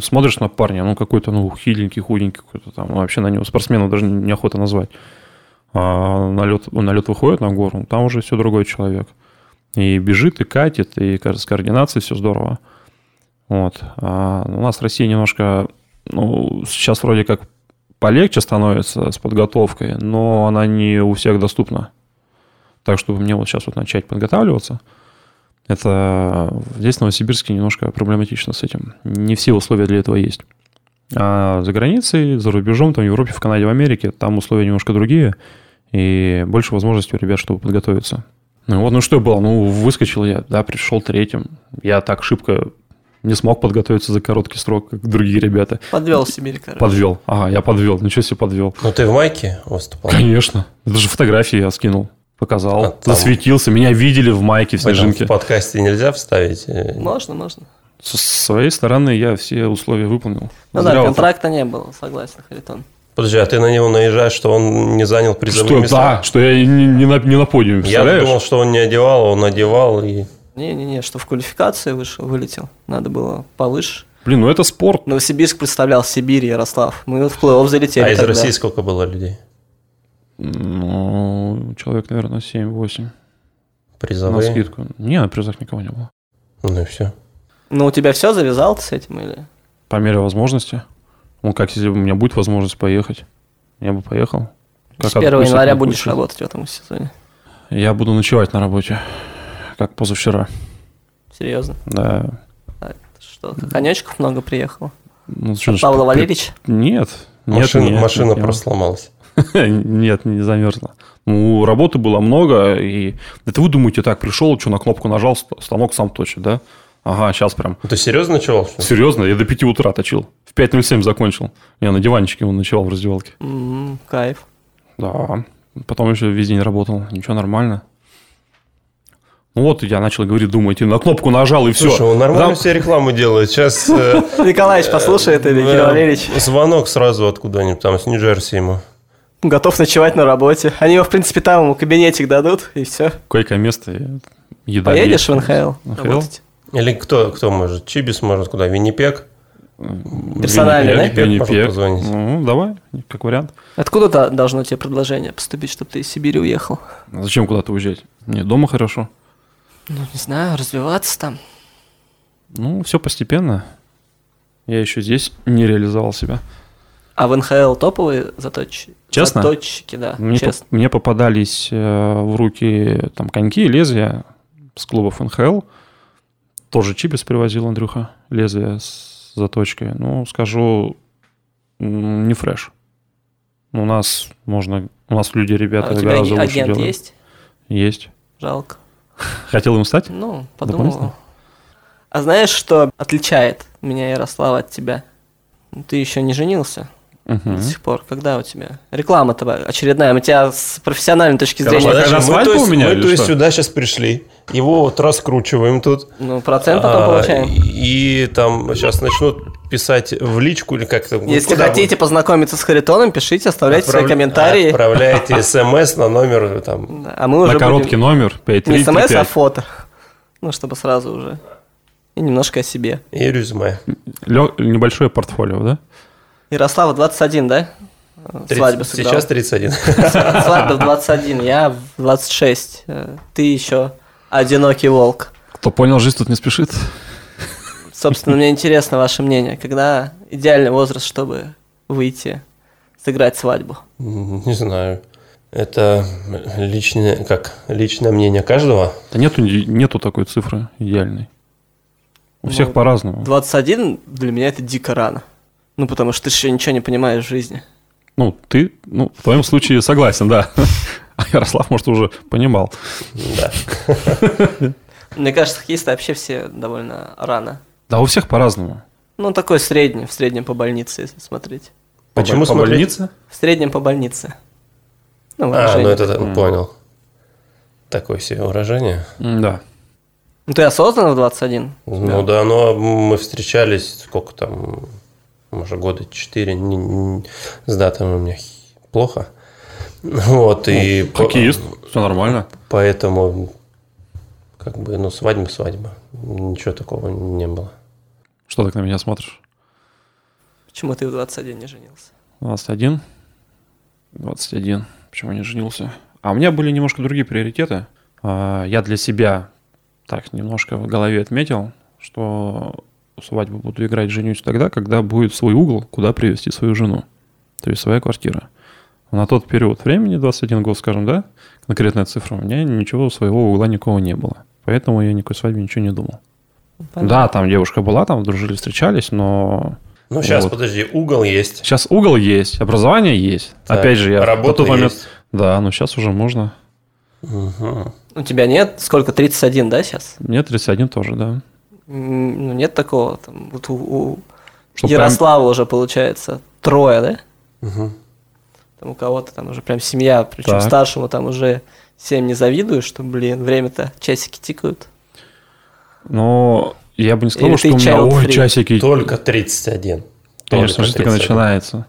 [SPEAKER 3] смотришь на парня, ну какой-то, ну, хиленький, худенький какой-то там, ну, вообще на него спортсмена даже неохота назвать. А на лед, на лед выходит на гору, ну, там уже все другой человек. И бежит, и катит, и кажется, с координацией все здорово. Вот. А у нас Россия немножко, ну, сейчас вроде как полегче становится с подготовкой, но она не у всех доступна. Так, чтобы мне вот сейчас вот начать подготавливаться, это здесь, в Новосибирске, немножко проблематично с этим. Не все условия для этого есть. А за границей, за рубежом, там в Европе, в Канаде, в Америке, там условия немножко другие, и больше возможностей у ребят, чтобы подготовиться. Ну вот, ну что было, ну выскочил я, да, пришел третьим. Я так шибко не смог подготовиться за короткий срок, как другие ребята.
[SPEAKER 1] Подвел Сибирь, короче.
[SPEAKER 3] Подвел. Ага, я подвел. Ничего себе подвел.
[SPEAKER 2] Ну, ты в майке выступал?
[SPEAKER 3] Конечно. Даже фотографии я скинул. Показал.
[SPEAKER 2] А, там-
[SPEAKER 3] засветился. Меня видели в майке, в
[SPEAKER 2] Поэтому
[SPEAKER 3] снежинке.
[SPEAKER 2] В подкасте нельзя вставить. э,
[SPEAKER 1] Можно, можно.
[SPEAKER 3] С своей стороны я все условия выполнил.
[SPEAKER 1] Ну
[SPEAKER 3] Зря
[SPEAKER 1] да,
[SPEAKER 3] вот
[SPEAKER 1] контракта не было, согласен, Харитон.
[SPEAKER 2] Подожди, а ты на него наезжаешь, что он не занял
[SPEAKER 3] так.
[SPEAKER 2] призовые
[SPEAKER 3] Что,
[SPEAKER 2] места?
[SPEAKER 3] да, что я и не, не на, не на подиуме,
[SPEAKER 2] Я
[SPEAKER 3] представляешь?
[SPEAKER 2] думал, что он не одевал, а он одевал. И...
[SPEAKER 1] Не-не-не, что в квалификации вышел, вылетел. Надо было повыше.
[SPEAKER 3] Блин, ну это спорт.
[SPEAKER 1] Новосибирск представлял Сибирь, Ярослав. Мы вот в плей-офф залетели
[SPEAKER 2] А из
[SPEAKER 1] тогда.
[SPEAKER 2] России сколько было людей?
[SPEAKER 3] Ну, человек, наверное, 7-8. На
[SPEAKER 2] Призовые?
[SPEAKER 3] скидку. Не, на призах никого не было.
[SPEAKER 2] Ну и все.
[SPEAKER 1] Ну, у тебя все завязал ты с этим или?
[SPEAKER 3] По мере возможности. Ну, как если у меня будет возможность поехать, я бы поехал. Как
[SPEAKER 1] с 1
[SPEAKER 3] откусят,
[SPEAKER 1] января
[SPEAKER 3] не
[SPEAKER 1] будешь
[SPEAKER 3] откусят.
[SPEAKER 1] работать в этом сезоне.
[SPEAKER 3] Я буду ночевать на работе, как позавчера.
[SPEAKER 1] Серьезно.
[SPEAKER 3] Да.
[SPEAKER 1] Что, конечков много приехало?
[SPEAKER 3] Ну, что ж,
[SPEAKER 1] Павла
[SPEAKER 3] при-
[SPEAKER 1] Валерьевич?
[SPEAKER 3] Нет. нет,
[SPEAKER 2] Машина,
[SPEAKER 3] нет,
[SPEAKER 2] машина
[SPEAKER 3] нет, я-
[SPEAKER 2] просто сломалась.
[SPEAKER 3] [LAUGHS] Нет, не замерзла. Ну, работы было много, и... Это вы думаете, так, пришел, что на кнопку нажал, ст- станок сам точит, да? Ага, сейчас прям.
[SPEAKER 2] Ну, Ты серьезно ночевал? что ли?
[SPEAKER 3] Серьезно, я до 5 утра точил. В 5.07 закончил. Я на диванчике он ночевал в раздевалке.
[SPEAKER 1] М, М-м, кайф.
[SPEAKER 3] Да. Потом еще весь день работал. Ничего, нормально. Ну вот, я начал говорить, думаете, на кнопку нажал и все.
[SPEAKER 2] Слушай, он нормально себе рекламу делает. Сейчас э,
[SPEAKER 1] Николаевич, послушай [LAUGHS] это, или
[SPEAKER 2] э,
[SPEAKER 1] Кирилл Валерьевич.
[SPEAKER 2] звонок сразу откуда-нибудь, там, с Нью-Джерси ему.
[SPEAKER 1] Готов ночевать на работе. Они его, в принципе, там ему кабинетик дадут, и все.
[SPEAKER 3] Койкое место, и еда.
[SPEAKER 1] Поедешь
[SPEAKER 3] есть.
[SPEAKER 1] в НХЛ?
[SPEAKER 3] НХЛ?
[SPEAKER 1] работать?
[SPEAKER 2] Или кто, кто может? Чибис может куда? Виннипек?
[SPEAKER 1] Персонально,
[SPEAKER 3] Винни-
[SPEAKER 1] да?
[SPEAKER 3] Винни- Винни-
[SPEAKER 2] Можно
[SPEAKER 3] Пек.
[SPEAKER 2] позвонить.
[SPEAKER 3] Ну, давай, как вариант.
[SPEAKER 1] Откуда то- должно тебе предложение поступить, чтобы ты из Сибири уехал?
[SPEAKER 3] А Зачем куда-то уезжать? Мне дома хорошо.
[SPEAKER 1] Ну, не знаю, развиваться там.
[SPEAKER 3] Ну, все постепенно. Я еще здесь не реализовал себя.
[SPEAKER 1] А в НХЛ топовые заточ...
[SPEAKER 3] Честно?
[SPEAKER 1] заточки, да,
[SPEAKER 3] Мне, по-
[SPEAKER 1] честно.
[SPEAKER 3] мне попадались э, в руки там коньки, лезвия с клубов НХЛ. Тоже Чибис привозил Андрюха, лезвие с заточкой. Ну, скажу, м, не фреш. У нас можно, у нас люди,
[SPEAKER 1] А
[SPEAKER 3] ребята,
[SPEAKER 1] у тебя
[SPEAKER 3] гораздо
[SPEAKER 1] аг-
[SPEAKER 3] лучше
[SPEAKER 1] агент
[SPEAKER 3] делают.
[SPEAKER 1] есть?
[SPEAKER 3] Есть.
[SPEAKER 1] Жалко.
[SPEAKER 3] Хотел им стать?
[SPEAKER 1] Ну,
[SPEAKER 3] Дополнительно?
[SPEAKER 1] подумал. А знаешь, что отличает меня, Ярослава, от тебя? Ты еще не женился
[SPEAKER 3] Мгм.
[SPEAKER 1] до сих пор. Когда у тебя? Реклама твоя очередная. Мы тебя с профессиональной точки
[SPEAKER 3] Короче,
[SPEAKER 1] зрения...
[SPEAKER 3] такая
[SPEAKER 2] Подожди, мы,
[SPEAKER 3] свадьба
[SPEAKER 2] то
[SPEAKER 3] у
[SPEAKER 2] есть,
[SPEAKER 3] меня
[SPEAKER 2] мы,
[SPEAKER 3] или
[SPEAKER 2] то есть,
[SPEAKER 3] что?
[SPEAKER 2] сюда сейчас пришли, его вот раскручиваем тут.
[SPEAKER 1] Ну, процент потом
[SPEAKER 2] А,
[SPEAKER 1] получаем.
[SPEAKER 2] И там сейчас начнут писать в личку или как-то.
[SPEAKER 1] Если
[SPEAKER 2] Куда вы?
[SPEAKER 1] хотите познакомиться с Харитоном, пишите, оставляйте свои
[SPEAKER 2] Отправля-
[SPEAKER 1] комментарии.
[SPEAKER 2] Отправляйте смс на номер там.
[SPEAKER 1] Да, А мы уже будем-
[SPEAKER 3] На ну, короткий номер
[SPEAKER 1] Не смс, а
[SPEAKER 3] 5335.
[SPEAKER 1] фото. Ну, чтобы сразу уже. И немножко о себе.
[SPEAKER 2] И резюме.
[SPEAKER 3] Лё- Небольшое портфолио, да?
[SPEAKER 1] Ярослава 21, да?
[SPEAKER 2] Тридцать-
[SPEAKER 1] Свадьба сыграла.
[SPEAKER 2] сейчас 31.
[SPEAKER 1] Свадьба в 21, я в 26. Э, Ты еще одинокий волк.
[SPEAKER 3] Кто понял, жизнь тут не спешит.
[SPEAKER 1] Собственно, мне интересно ваше мнение. Когда идеальный возраст, чтобы выйти, сыграть свадьбу?
[SPEAKER 2] М, [LAUGHS] Не знаю. Это личное, как, личное мнение каждого.
[SPEAKER 3] Да нету, нету такой цифры идеальной. У
[SPEAKER 1] Ну,
[SPEAKER 3] всех по-разному.
[SPEAKER 1] 21 для меня это дико рано. Ну, потому что ты еще ничего не понимаешь в жизни.
[SPEAKER 3] Ну, ты, ну, в твоем случае согласен, да. А Ярослав, может, уже понимал.
[SPEAKER 2] Да.
[SPEAKER 1] Мне кажется, хоккеисты вообще все довольно рано.
[SPEAKER 3] Да, у всех по-разному.
[SPEAKER 1] Ну, такой средний, в среднем по больнице, если смотреть.
[SPEAKER 2] Почему
[SPEAKER 3] по
[SPEAKER 2] смотреть?
[SPEAKER 3] больнице?
[SPEAKER 1] В среднем по больнице. Ну,
[SPEAKER 2] А, ну
[SPEAKER 1] выражение.
[SPEAKER 2] это
[SPEAKER 3] Мгм.
[SPEAKER 2] понял. Такое себе выражение.
[SPEAKER 3] Да.
[SPEAKER 1] Ну, ты осознанно в 21?
[SPEAKER 2] Ну да, но мы встречались сколько там, может, года четыре, не- не- с датами у меня хи- плохо. Вот, и... по-
[SPEAKER 3] Ну, Хоккеист, все нормально.
[SPEAKER 2] Поэтому, как бы, ну, свадьба, свадьба. Ничего такого не было.
[SPEAKER 3] Что так на меня смотришь?
[SPEAKER 1] Почему ты в 21 не женился?
[SPEAKER 3] 21. 21. Почему не женился? А у меня были немножко другие приоритеты. А, Я для себя так немножко в голове отметил, что свадьбу буду играть, женюсь тогда, когда будет свой угол, куда привести свою жену. То есть своя квартира. На тот период времени, 21 год, скажем, да, конкретная цифра, у меня ничего своего угла никого не было. Поэтому я никакой свадьбе ничего не думал. Да, там девушка была, там дружили, встречались, но
[SPEAKER 2] Ну, сейчас,
[SPEAKER 3] Вот.
[SPEAKER 2] подожди, угол есть.
[SPEAKER 3] Сейчас угол есть, образование есть.
[SPEAKER 2] Так,
[SPEAKER 3] Опять же, я на
[SPEAKER 2] работа
[SPEAKER 3] тот момент-
[SPEAKER 2] есть.
[SPEAKER 3] Да, но сейчас уже можно.
[SPEAKER 2] Мгм.
[SPEAKER 1] У тебя нет? Сколько? 31, да, сейчас?
[SPEAKER 3] Нет, 31 тоже, да.
[SPEAKER 1] М, Ну, нет такого. Там, вот у, у
[SPEAKER 3] Чтоб
[SPEAKER 1] Ярослава уже, получается, трое, да?
[SPEAKER 2] Мгм.
[SPEAKER 1] Там у кого-то там уже прям семья, причем
[SPEAKER 3] Так.
[SPEAKER 1] старшему там уже всем не завидуешь, что, блин, время-то часики тикают.
[SPEAKER 3] прям- Но я бы не сказал,
[SPEAKER 1] Или
[SPEAKER 3] что
[SPEAKER 1] ты
[SPEAKER 3] у меня...
[SPEAKER 1] child
[SPEAKER 3] Ой,
[SPEAKER 1] free».
[SPEAKER 3] часики...
[SPEAKER 2] Только 31.
[SPEAKER 3] Конечно,
[SPEAKER 2] Только
[SPEAKER 3] жизнь только
[SPEAKER 2] 31.
[SPEAKER 3] начинается.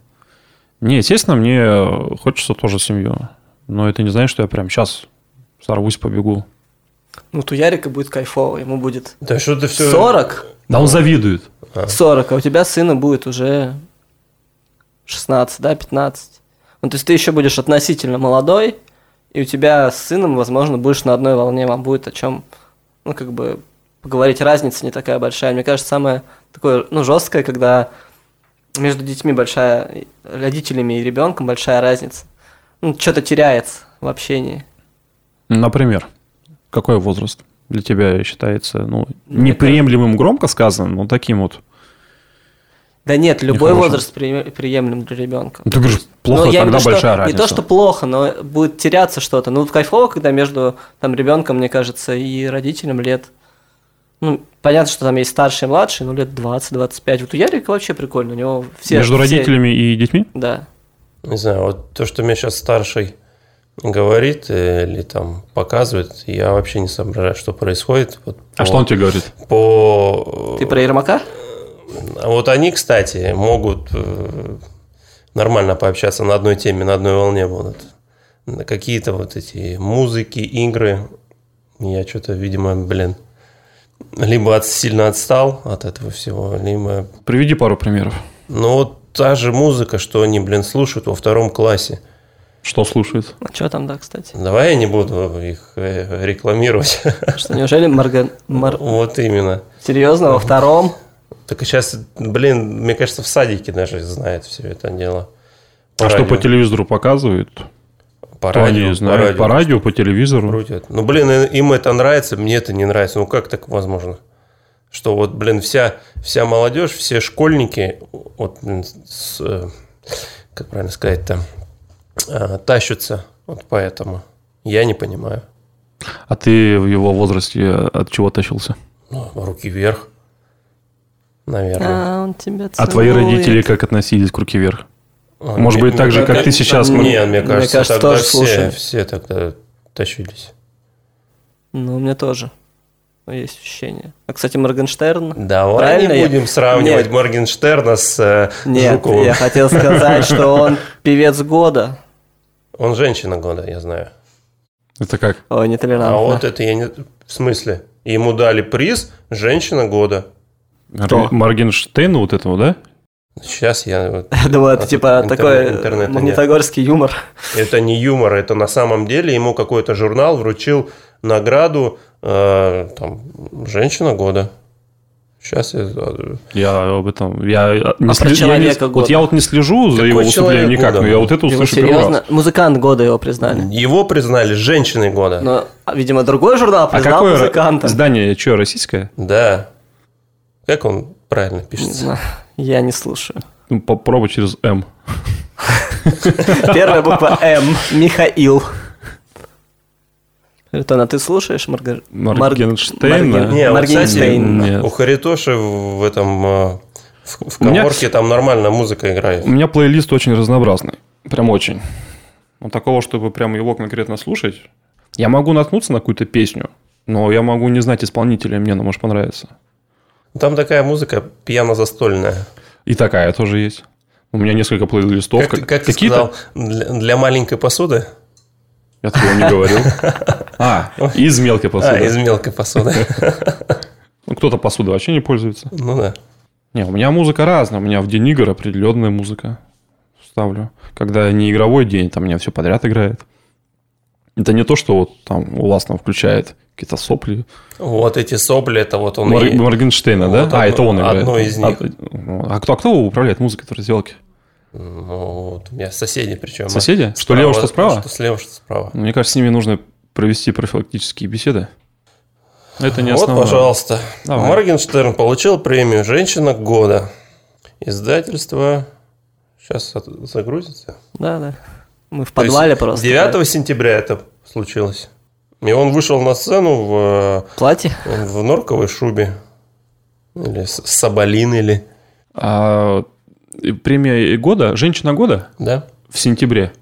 [SPEAKER 3] Не, естественно, мне хочется тоже семью. Но это не значит, что я прям сейчас сорвусь, побегу.
[SPEAKER 1] Ну, вот у Ярика будет кайфово, ему будет
[SPEAKER 2] Да что ты все...
[SPEAKER 1] 40,
[SPEAKER 3] Да он завидует.
[SPEAKER 2] А.
[SPEAKER 1] 40, а у тебя сына будет уже 16, да, 15. Ну, то есть ты еще будешь относительно молодой, и у тебя с сыном, возможно, будешь на одной волне, вам будет о чем, ну, как бы, поговорить, разница не такая большая. Мне кажется, самое такое, ну, жесткое, когда между детьми большая, родителями и ребенком большая разница. Ну, что-то теряется в общении.
[SPEAKER 3] Например, какой возраст для тебя считается ну,
[SPEAKER 1] Мне
[SPEAKER 3] неприемлемым, громко сказано, но таким вот?
[SPEAKER 1] Да нет, любой
[SPEAKER 3] Нехорошим.
[SPEAKER 1] возраст прием- приемлем для ребенка.
[SPEAKER 3] Ты говоришь,
[SPEAKER 1] Ну,
[SPEAKER 3] плохо,
[SPEAKER 1] я имею в
[SPEAKER 3] тогда
[SPEAKER 1] виду, что
[SPEAKER 3] большая разница.
[SPEAKER 1] Не то, что плохо, но будет теряться что-то. Ну, вот кайфово, когда между там ребенком, мне кажется, и родителем лет. Ну, понятно, что там есть старший и младший, ну, лет 20-25. Вот у Ярика вообще прикольно, у него все...
[SPEAKER 3] Между
[SPEAKER 1] все-
[SPEAKER 3] родителями и детьми?
[SPEAKER 1] Да.
[SPEAKER 2] Не знаю, вот то, что мне сейчас старший говорит э, или там показывает, я вообще не соображаю, что происходит. Вот
[SPEAKER 3] А
[SPEAKER 2] по-
[SPEAKER 3] что он тебе говорит?
[SPEAKER 2] по...
[SPEAKER 1] Ты про Ермака?
[SPEAKER 2] А Вот они, кстати, могут э, нормально пообщаться на одной теме, на одной волне будут. На Какие-то вот эти музыки, игры. Я что-то, видимо, блин, либо от- сильно отстал от этого всего, либо...
[SPEAKER 3] Приведи пару примеров.
[SPEAKER 2] Ну, вот та же музыка, что они, блин, слушают во втором классе.
[SPEAKER 3] Что слушает?
[SPEAKER 1] А что там, да, кстати?
[SPEAKER 2] Давай я не буду их э,
[SPEAKER 3] [LAUGHS]
[SPEAKER 2] рекламировать.
[SPEAKER 1] Что, неужели Марган... Мар...
[SPEAKER 2] Вот именно.
[SPEAKER 1] Серьезно, во втором?
[SPEAKER 2] Так сейчас, блин, мне кажется, в садике даже знают все это дело.
[SPEAKER 3] а что по
[SPEAKER 2] радио.
[SPEAKER 3] телевизору показывают?
[SPEAKER 2] По
[SPEAKER 3] То
[SPEAKER 2] радио,
[SPEAKER 3] они знают. По радио, по, телевизору.
[SPEAKER 2] крутят. Ну, блин, и- им это нравится, мне это не нравится. Ну, как так возможно? Что вот, блин, вся, вся молодежь, все школьники, вот, блин, с, э, как правильно сказать-то, э, тащатся вот поэтому. Я не понимаю.
[SPEAKER 3] А ты в его возрасте от чего тащился?
[SPEAKER 2] Ну, руки вверх, наверное.
[SPEAKER 1] А, он тебя
[SPEAKER 3] А твои
[SPEAKER 1] целует.
[SPEAKER 3] родители как относились к руке вверх?
[SPEAKER 2] А,
[SPEAKER 3] Может
[SPEAKER 2] мне-
[SPEAKER 3] быть, так
[SPEAKER 2] мне
[SPEAKER 3] же, как
[SPEAKER 2] кажется-
[SPEAKER 3] ты сейчас.
[SPEAKER 1] Нет.
[SPEAKER 2] Не, мне
[SPEAKER 1] Мне
[SPEAKER 2] кажется,
[SPEAKER 1] кажется,
[SPEAKER 2] тогда
[SPEAKER 1] тоже
[SPEAKER 2] все,
[SPEAKER 1] слушали.
[SPEAKER 2] все тогда тащились.
[SPEAKER 1] Ну, у меня тоже. Ну, Есть ощущение. А, кстати, Моргенштерн...
[SPEAKER 2] Давай
[SPEAKER 1] Правильно
[SPEAKER 2] не
[SPEAKER 1] я-
[SPEAKER 2] будем сравнивать
[SPEAKER 1] Нет.
[SPEAKER 2] Моргенштерна с э,
[SPEAKER 1] Нет,
[SPEAKER 2] Жуковым.
[SPEAKER 1] я хотел сказать, что он певец года.
[SPEAKER 2] Он женщина года, я знаю.
[SPEAKER 3] Это как?
[SPEAKER 1] Ой,
[SPEAKER 2] А
[SPEAKER 1] нетолерантно.
[SPEAKER 2] вот это я не... В смысле? Ему дали приз «Женщина года».
[SPEAKER 1] Кто?
[SPEAKER 3] Моргенштейна вот этого, да?
[SPEAKER 2] Сейчас я... [LAUGHS] вот-
[SPEAKER 1] [LAUGHS] Я думал,
[SPEAKER 2] А
[SPEAKER 1] это
[SPEAKER 2] тут
[SPEAKER 1] типа
[SPEAKER 2] интернет-
[SPEAKER 1] такой
[SPEAKER 2] интернета
[SPEAKER 1] магнитогорский
[SPEAKER 3] [LAUGHS]
[SPEAKER 1] юмор.
[SPEAKER 2] Это не юмор, это на самом деле ему какой-то журнал вручил награду э, там, «Женщина года». Сейчас я... э,
[SPEAKER 3] Я об этом... Я не
[SPEAKER 1] А про
[SPEAKER 3] слежу- я не-
[SPEAKER 1] человека
[SPEAKER 3] Вот я вот не слежу за
[SPEAKER 2] Какой
[SPEAKER 3] его выступлением
[SPEAKER 2] человек
[SPEAKER 3] никак, но
[SPEAKER 2] года?
[SPEAKER 3] я вот это
[SPEAKER 1] Его
[SPEAKER 3] услышу первый раз.
[SPEAKER 1] серьезно? Музыкант года его признали.
[SPEAKER 2] Его признали «Женщиной года».
[SPEAKER 1] Но, а, видимо, другой журнал
[SPEAKER 3] А
[SPEAKER 1] признал
[SPEAKER 3] какое
[SPEAKER 1] музыканта.
[SPEAKER 3] здание? Что, российское?
[SPEAKER 2] Да. Как он правильно
[SPEAKER 1] Не
[SPEAKER 2] пишется?
[SPEAKER 1] знаю, Я не
[SPEAKER 3] [LAUGHS]
[SPEAKER 1] слушаю.
[SPEAKER 3] Ну, Попробуй через М.
[SPEAKER 1] Первая буква М. Михаил. Ритона, ты слушаешь Марга- Марг-
[SPEAKER 3] Моргенштейна?
[SPEAKER 1] Марген-
[SPEAKER 2] Не, вот, кстати,
[SPEAKER 1] Моргенштейн.
[SPEAKER 3] Нет.
[SPEAKER 2] у Харитоши в этом... э, В, в
[SPEAKER 3] У меня-
[SPEAKER 2] коморке там нормально музыка играет.
[SPEAKER 3] У меня плейлист очень разнообразный. Прям очень. Ну, такого, чтобы прям его конкретно слушать. Я могу наткнуться на какую-то песню, но я могу не знать исполнителя, мне она может понравиться.
[SPEAKER 2] Там такая музыка пьяно-застольная.
[SPEAKER 3] И такая тоже есть. У меня несколько плейлистов.
[SPEAKER 2] Как, ты-
[SPEAKER 3] как-
[SPEAKER 2] как ты
[SPEAKER 3] какие-то-
[SPEAKER 2] сказал, для, для маленькой посуды?
[SPEAKER 3] Я такого
[SPEAKER 2] [LAUGHS]
[SPEAKER 3] не говорил. А, из мелкой
[SPEAKER 2] А, из
[SPEAKER 3] посуды.
[SPEAKER 2] мелкой посуды. [LAUGHS]
[SPEAKER 3] Ну, кто-то посуды вообще не пользуется.
[SPEAKER 2] Ну да.
[SPEAKER 3] Не, у меня музыка разная. У меня в день игр определенная музыка ставлю. Когда не игровой день, там у меня все подряд играет. Это не то, что вот там у вас там включает какие-то сопли.
[SPEAKER 2] Вот эти сопли, это вот он
[SPEAKER 3] Мор-
[SPEAKER 2] и-
[SPEAKER 3] Моргенштейна, да?
[SPEAKER 2] Вот
[SPEAKER 3] а,
[SPEAKER 2] одно-
[SPEAKER 3] это он играет.
[SPEAKER 2] одно из них.
[SPEAKER 3] А, а кто, а кто управляет музыкой в разделке?
[SPEAKER 2] Ну, вот у меня соседи причем.
[SPEAKER 3] Соседи? Что лево, что справа?
[SPEAKER 2] Что слева, что справа.
[SPEAKER 3] Мне кажется, с ними нужно провести профилактические беседы. Это не
[SPEAKER 2] вот,
[SPEAKER 3] основное.
[SPEAKER 2] пожалуйста.
[SPEAKER 3] Давай.
[SPEAKER 2] Моргенштерн получил премию «Женщина года». Издательство... Сейчас загрузится.
[SPEAKER 1] Да, да. Мы в
[SPEAKER 2] То есть
[SPEAKER 1] подвале просто.
[SPEAKER 2] 9 сентября это случилось. И он вышел на сцену в,
[SPEAKER 1] Платье?
[SPEAKER 2] в норковой шубе. Или с- соболин, или...
[SPEAKER 3] А, и премия и года, женщина года
[SPEAKER 2] Да?
[SPEAKER 3] в сентябре.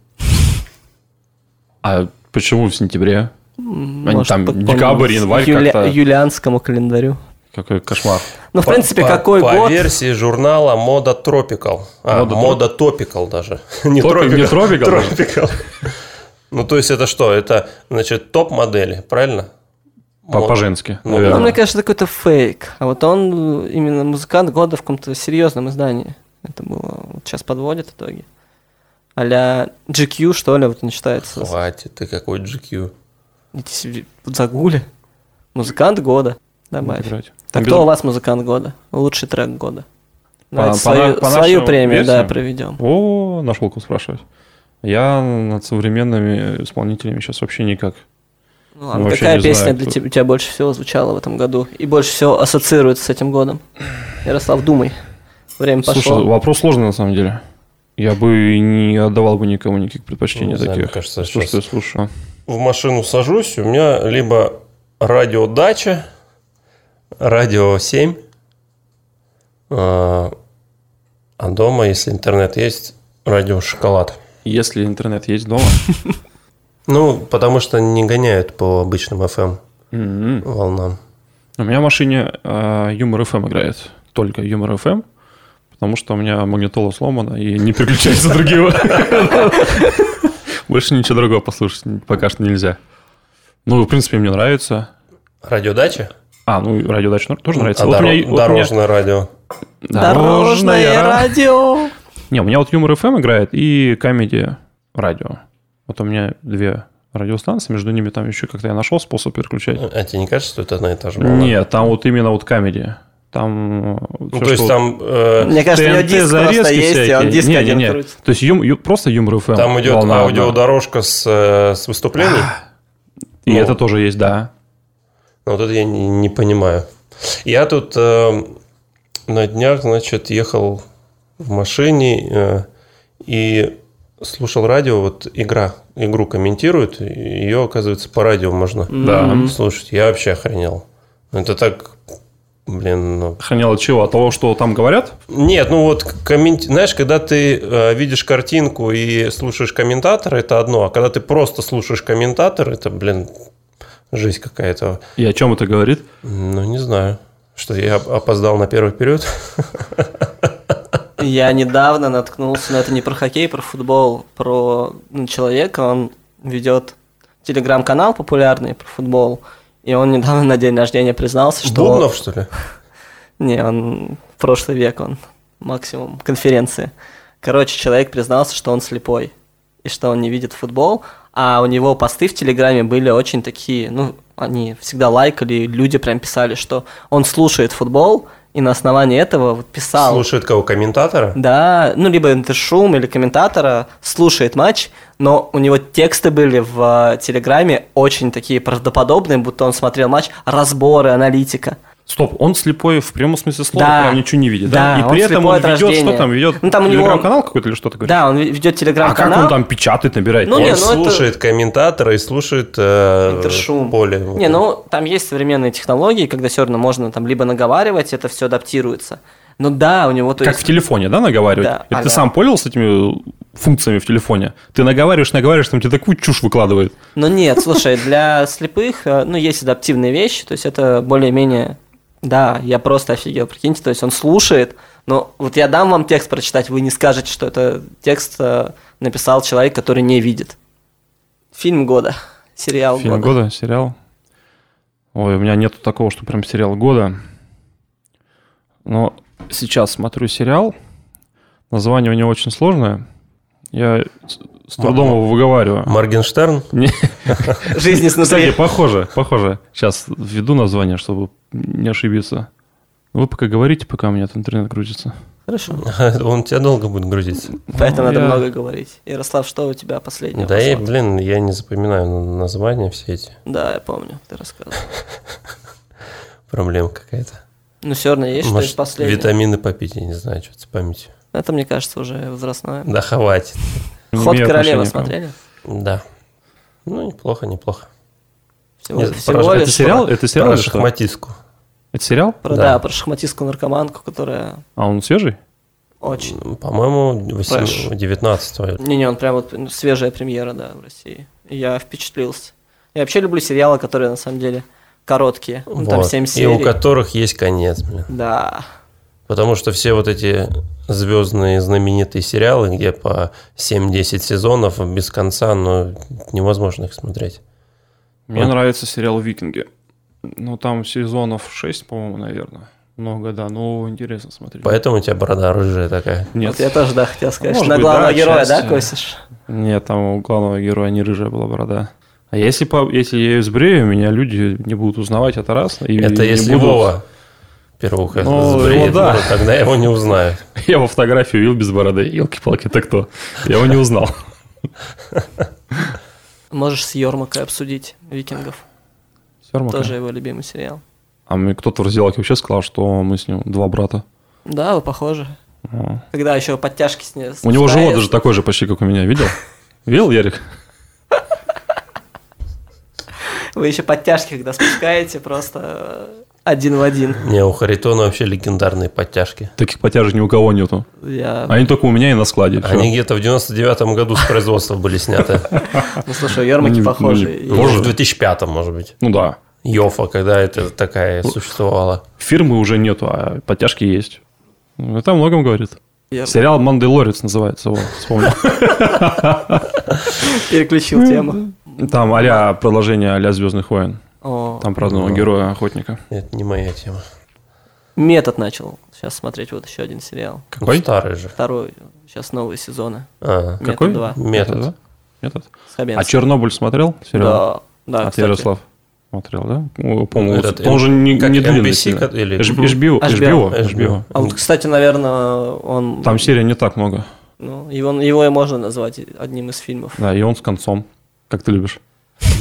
[SPEAKER 3] А почему в сентябре? Они там
[SPEAKER 1] по-
[SPEAKER 3] декабрь,
[SPEAKER 1] по-
[SPEAKER 3] январь
[SPEAKER 1] юля-
[SPEAKER 3] как-то.
[SPEAKER 1] Юлианскому календарю.
[SPEAKER 3] Какой кошмар.
[SPEAKER 1] Ну, в
[SPEAKER 2] По-
[SPEAKER 1] принципе,
[SPEAKER 2] по-
[SPEAKER 1] какой
[SPEAKER 2] по
[SPEAKER 1] год?
[SPEAKER 2] версии журнала Мода Тропикал. А,
[SPEAKER 3] Мода
[SPEAKER 2] Мода Топикал даже. [LAUGHS] Не
[SPEAKER 3] Тропик- не Тропикал даже?
[SPEAKER 2] Тропикал. Ну, то есть, это что? Это, значит, топ-модели, правильно?
[SPEAKER 3] По-
[SPEAKER 2] Мод-
[SPEAKER 3] По-женски,
[SPEAKER 1] Ну,
[SPEAKER 2] Ну, да.
[SPEAKER 3] наверное.
[SPEAKER 1] мне кажется, это какой-то фейк. А вот он э, именно музыкант года в каком-то серьезном издании. Это было... Вот сейчас подводит итоги. А-ля GQ, что ли, вот не считается.
[SPEAKER 2] Хватит, ты какой GQ.
[SPEAKER 1] Идите себе в загули. Музыкант года.
[SPEAKER 3] Ну,
[SPEAKER 1] Добавь.
[SPEAKER 3] Выбирать.
[SPEAKER 1] А
[SPEAKER 3] Без-
[SPEAKER 1] кто у вас музыкант года? Лучший трек года. Давайте
[SPEAKER 3] по
[SPEAKER 1] свою,
[SPEAKER 3] на- по
[SPEAKER 1] свою
[SPEAKER 3] нашему
[SPEAKER 1] премию, да,
[SPEAKER 3] версию?
[SPEAKER 1] проведем.
[SPEAKER 3] О, нашел кого спрашивать. Я над современными исполнителями сейчас вообще никак.
[SPEAKER 1] Ну ладно,
[SPEAKER 3] Вообще
[SPEAKER 1] какая
[SPEAKER 3] не
[SPEAKER 1] песня
[SPEAKER 3] знаю,
[SPEAKER 1] для
[SPEAKER 3] кто-
[SPEAKER 1] тебя, у тебя больше всего звучала в этом году и больше всего ассоциируется с этим годом? Ярослав, думай. Время пошло.
[SPEAKER 3] Слушай, вопрос сложный на самом деле. Я бы и не отдавал бы никому никаких предпочтений
[SPEAKER 2] Не знаю,
[SPEAKER 3] таких.
[SPEAKER 2] мне кажется,
[SPEAKER 3] что,
[SPEAKER 2] щас-
[SPEAKER 3] что я слушаю.
[SPEAKER 2] в машину сажусь, у меня либо радио «Дача», радио 7, а а дома, если интернет есть, радио «Шоколад».
[SPEAKER 3] Если интернет есть [LAUGHS] дома.
[SPEAKER 2] Ну, потому что не гоняют по обычным FM
[SPEAKER 3] М-м.
[SPEAKER 2] волнам.
[SPEAKER 3] У меня в машине э, Юмор ФМ играет. Только Юмор ФМ. Потому что у меня магнитола сломана и не переключается другие. [LAUGHS] Больше ничего другого послушать пока что нельзя. Ну, в принципе, мне нравится.
[SPEAKER 2] Радио «Дача»?
[SPEAKER 3] А, ну, и радио «Дача» тоже нравится.
[SPEAKER 2] А
[SPEAKER 3] Вот у
[SPEAKER 2] доро-
[SPEAKER 3] меня- вот у меня-
[SPEAKER 2] дорожное радио.
[SPEAKER 1] Дорожное
[SPEAKER 3] ра-
[SPEAKER 1] радио.
[SPEAKER 3] Не, у меня вот Юмор ФМ играет и Камеди Радио. Вот у меня две радиостанции, между ними там еще как-то я нашел способ переключать.
[SPEAKER 2] А тебе не кажется, что это одна и та же волна?
[SPEAKER 3] Нет, там вот именно вот Камеди. Там...
[SPEAKER 2] Ну, то есть там, э,
[SPEAKER 1] Мне кажется, у него диск просто есть, и он диск
[SPEAKER 3] не, не,
[SPEAKER 1] один
[SPEAKER 3] не.
[SPEAKER 1] крутит.
[SPEAKER 3] То есть юм- ю- просто Юмор эм» ФМ.
[SPEAKER 2] там идет аудиодорожка с, э, с
[SPEAKER 3] [SIGHS]
[SPEAKER 2] выступлений.
[SPEAKER 3] И
[SPEAKER 2] ну.
[SPEAKER 3] это тоже есть, да.
[SPEAKER 2] Вот это я не, не понимаю. Я тут э, на днях, значит, ехал в машине э, и слушал радио, вот игра, игру комментируют, и ее, оказывается, по радио можно
[SPEAKER 3] Да.
[SPEAKER 2] слушать. Я вообще охренел. Это так, блин, ну...
[SPEAKER 3] Охренел от чего? От того, что там говорят?
[SPEAKER 2] Нет, ну вот, коммен- знаешь, когда ты э, видишь картинку и слушаешь комментатора, это одно, а когда ты просто слушаешь комментатор, это, блин, жизнь какая-то.
[SPEAKER 3] И о чем это говорит?
[SPEAKER 2] Ну, не знаю. Что, я оп- опоздал на первый период?
[SPEAKER 1] Я недавно наткнулся, но это не про хоккей, про футбол, про ну, человека, он ведет телеграм-канал популярный про футбол, и он недавно на день рождения признался, что...
[SPEAKER 2] Бубнов, что ли?
[SPEAKER 1] Не, он в прошлый век, он максимум конференции. Короче, человек признался, что он слепой и что он не видит футбол, а у него посты в Телеграме были очень такие, ну, они всегда лайкали, и люди прям писали, что он слушает футбол, и на основании этого вот писал.
[SPEAKER 2] Слушает кого? Комментатора?
[SPEAKER 1] Да, ну либо это шум или комментатора слушает матч, но у него тексты были в э, Телеграме очень такие правдоподобные, будто он смотрел матч, разборы, аналитика.
[SPEAKER 3] Стоп, он слепой в прямом смысле слова,
[SPEAKER 1] Да.
[SPEAKER 3] прям ничего не видит,
[SPEAKER 1] Да,
[SPEAKER 3] да?
[SPEAKER 1] он
[SPEAKER 3] И при этом
[SPEAKER 1] слепой
[SPEAKER 3] он
[SPEAKER 1] от
[SPEAKER 3] ведет,
[SPEAKER 1] рождения.
[SPEAKER 3] что там ведет?
[SPEAKER 1] Ну, там у него-
[SPEAKER 3] Телеграм-канал какой-то или что-то говорит?
[SPEAKER 1] Да, он ве- ведет
[SPEAKER 3] А как
[SPEAKER 1] телеграм-канал.
[SPEAKER 3] он там печатает, набирает?
[SPEAKER 1] Ну,
[SPEAKER 2] он
[SPEAKER 1] не,
[SPEAKER 3] текст?
[SPEAKER 1] ну это-
[SPEAKER 2] слушает комментатора и слушает э,
[SPEAKER 1] Интершум.
[SPEAKER 2] поле. Вот
[SPEAKER 1] Не,
[SPEAKER 2] это.
[SPEAKER 1] ну там есть современные технологии, когда все равно можно там либо наговаривать, это все адаптируется. Ну да, у него то
[SPEAKER 3] Как в
[SPEAKER 1] есть.
[SPEAKER 3] телефоне, да, наговаривать?
[SPEAKER 1] Да,
[SPEAKER 3] Это
[SPEAKER 1] а,
[SPEAKER 3] ты
[SPEAKER 1] да.
[SPEAKER 3] сам пользовался этими э, функциями в телефоне? Ты наговариваешь, наговариваешь, там тебе такую чушь выкладывает.
[SPEAKER 1] Но Ну нет, слушай, для слепых, э, ну, есть адаптивные вещи, то есть это более-менее... Да, я просто офигел, прикиньте, то есть он слушает, но вот я дам вам текст прочитать, вы не скажете, что это текст э, написал человек, который не видит. Фильм года, [LAUGHS] сериал
[SPEAKER 3] Фильм
[SPEAKER 1] года.
[SPEAKER 3] года, сериал. Ой, у меня нету такого, что прям сериал года. Но сейчас смотрю сериал. Название у него очень сложное. Я с, с трудом его выговариваю.
[SPEAKER 2] Моргенштерн? [LAUGHS]
[SPEAKER 1] [LAUGHS]
[SPEAKER 3] Не-
[SPEAKER 1] Жизнь
[SPEAKER 3] Кстати,
[SPEAKER 1] изнутри.
[SPEAKER 3] похоже, похоже. Сейчас введу название, чтобы не ошибиться. Вы пока говорите, пока у меня тут интернет крутится.
[SPEAKER 1] Хорошо,
[SPEAKER 2] Он тебя долго будет грузить.
[SPEAKER 1] поэтому надо
[SPEAKER 3] Я-
[SPEAKER 1] много говорить. Ярослав, что у тебя последнее?
[SPEAKER 2] Да, я,
[SPEAKER 1] прошло?
[SPEAKER 2] блин, я не запоминаю н- названия все эти.
[SPEAKER 1] Да, я помню, ты рассказывал.
[SPEAKER 2] Проблема какая-то.
[SPEAKER 1] Ну, все равно есть что-то
[SPEAKER 2] Может,
[SPEAKER 1] последнее.
[SPEAKER 2] витамины попить, я не знаю, что-то с памятью.
[SPEAKER 1] Это, мне кажется, уже возрастное.
[SPEAKER 2] Да, хватит.
[SPEAKER 3] Не
[SPEAKER 1] Ход
[SPEAKER 3] имею
[SPEAKER 1] королевы
[SPEAKER 3] отношения к вам.
[SPEAKER 1] смотрели?
[SPEAKER 2] Да. Ну, неплохо, неплохо.
[SPEAKER 1] Всего,
[SPEAKER 2] Нет,
[SPEAKER 1] всего
[SPEAKER 2] поражает.
[SPEAKER 3] Это
[SPEAKER 1] лишь
[SPEAKER 3] сериал? Это сериал
[SPEAKER 2] Про
[SPEAKER 3] или что?
[SPEAKER 2] шахматистку.
[SPEAKER 3] Это сериал?
[SPEAKER 1] Про,
[SPEAKER 2] Да.
[SPEAKER 1] да. про шахматистскую наркоманку, которая
[SPEAKER 3] А он свежий?
[SPEAKER 1] очень...
[SPEAKER 2] По-моему,
[SPEAKER 1] Флэш.
[SPEAKER 2] 19
[SPEAKER 1] Не-не, он прям вот ну, свежая премьера, да, в России. И Я впечатлился. Я вообще люблю сериалы, которые на самом деле короткие. Ну, там
[SPEAKER 2] Вот.
[SPEAKER 1] 7
[SPEAKER 2] И у
[SPEAKER 1] серий.
[SPEAKER 2] которых есть конец, блин.
[SPEAKER 1] Да.
[SPEAKER 2] Потому что все вот эти звездные знаменитые сериалы, где по 7-10 сезонов без конца, ну, невозможно их смотреть.
[SPEAKER 4] Мне
[SPEAKER 3] А.
[SPEAKER 2] Вот.
[SPEAKER 4] нравится сериал «Викинги». Ну, там сезонов 6, по-моему, наверное. Много, да, но интересно смотреть.
[SPEAKER 2] Поэтому у тебя борода рыжая такая.
[SPEAKER 4] Нет,
[SPEAKER 1] Вот я тоже, да, хотел сказать,
[SPEAKER 4] Может
[SPEAKER 1] что на
[SPEAKER 4] быть,
[SPEAKER 1] главного
[SPEAKER 4] да,
[SPEAKER 1] героя, да,
[SPEAKER 4] отчасти.
[SPEAKER 1] косишь?
[SPEAKER 4] нет, там у главного героя не рыжая была борода.
[SPEAKER 3] А если, по, если я ее сбрею, меня люди не будут узнавать, это раз. И
[SPEAKER 2] Это
[SPEAKER 3] не
[SPEAKER 2] если
[SPEAKER 3] будут-
[SPEAKER 2] Вова первуха
[SPEAKER 3] Ну,
[SPEAKER 2] сбреет,
[SPEAKER 3] ну да.
[SPEAKER 2] ну, тогда его не узнают.
[SPEAKER 3] [LAUGHS] Я во фотографию видел без бороды. Елки-палки, это кто? Я его не узнал.
[SPEAKER 1] Можешь с Йормакой обсудить «Викингов».
[SPEAKER 3] Сермака.
[SPEAKER 1] Тоже его любимый сериал.
[SPEAKER 3] А мне кто-то в раздевалке вообще сказал, что мы с ним два брата.
[SPEAKER 1] Да, вы похожи.
[SPEAKER 3] А.
[SPEAKER 1] Когда еще подтяжки с ней
[SPEAKER 3] У него живот даже такой же почти, как у меня. Видел? Видел, Ярик?
[SPEAKER 1] Вы еще подтяжки, когда спускаете, просто э, один в один.
[SPEAKER 2] Не, у Харитона вообще легендарные подтяжки.
[SPEAKER 3] Таких потяжек ни у кого нету.
[SPEAKER 1] Я...
[SPEAKER 3] Они только у меня и на складе. Всё.
[SPEAKER 2] Они где-то в 99-м году с производства были
[SPEAKER 3] [LAUGHS]
[SPEAKER 2] сняты.
[SPEAKER 1] Ну, слушай, у Йормаки
[SPEAKER 3] Ну,
[SPEAKER 1] похожи.
[SPEAKER 3] ну,
[SPEAKER 1] И-
[SPEAKER 2] Может, в 2005 может быть.
[SPEAKER 3] Ну да.
[SPEAKER 2] Йофа, когда это
[SPEAKER 3] Ну.
[SPEAKER 2] такая существовала.
[SPEAKER 3] Фирмы уже нету, а подтяжки есть. Ну, Это о многом говорит.
[SPEAKER 1] Я
[SPEAKER 3] Сериал «Мандалорец» называется, вот, вспомнил. [LAUGHS]
[SPEAKER 1] переключил тему.
[SPEAKER 3] Там а-ля продолжение а-ля «Звездных войн».
[SPEAKER 1] О,
[SPEAKER 3] Там про одного
[SPEAKER 2] Да.
[SPEAKER 3] героя-охотника.
[SPEAKER 2] Это не моя тема. Ну,
[SPEAKER 1] Метод начал сейчас смотреть вот еще один сериал.
[SPEAKER 2] Ну,
[SPEAKER 3] Какой?
[SPEAKER 2] Старый же.
[SPEAKER 1] Второй, сейчас новые сезоны.
[SPEAKER 2] А,
[SPEAKER 3] Какой?
[SPEAKER 1] Метод 2.
[SPEAKER 2] метод.
[SPEAKER 3] да? Метод.
[SPEAKER 1] С
[SPEAKER 3] А
[SPEAKER 1] Хабенским.
[SPEAKER 3] «Чернобыль» смотрел? Сериал?
[SPEAKER 1] Да, да,
[SPEAKER 3] а ты,
[SPEAKER 1] кстати.
[SPEAKER 3] Ярослав, смотрел, да? Ну, По-моему,
[SPEAKER 2] Этот,
[SPEAKER 3] вот он же не,
[SPEAKER 2] как
[SPEAKER 3] не длинный.
[SPEAKER 2] NBC
[SPEAKER 3] сильно.
[SPEAKER 2] как- или-
[SPEAKER 3] Эш- HBO,
[SPEAKER 1] HBO.
[SPEAKER 3] HBO, HBO.
[SPEAKER 1] А вот, кстати, наверное, он...
[SPEAKER 3] Там серия не так много.
[SPEAKER 1] ну, его, его и можно назвать одним из фильмов.
[SPEAKER 3] Да, и он с концом. Как ты любишь.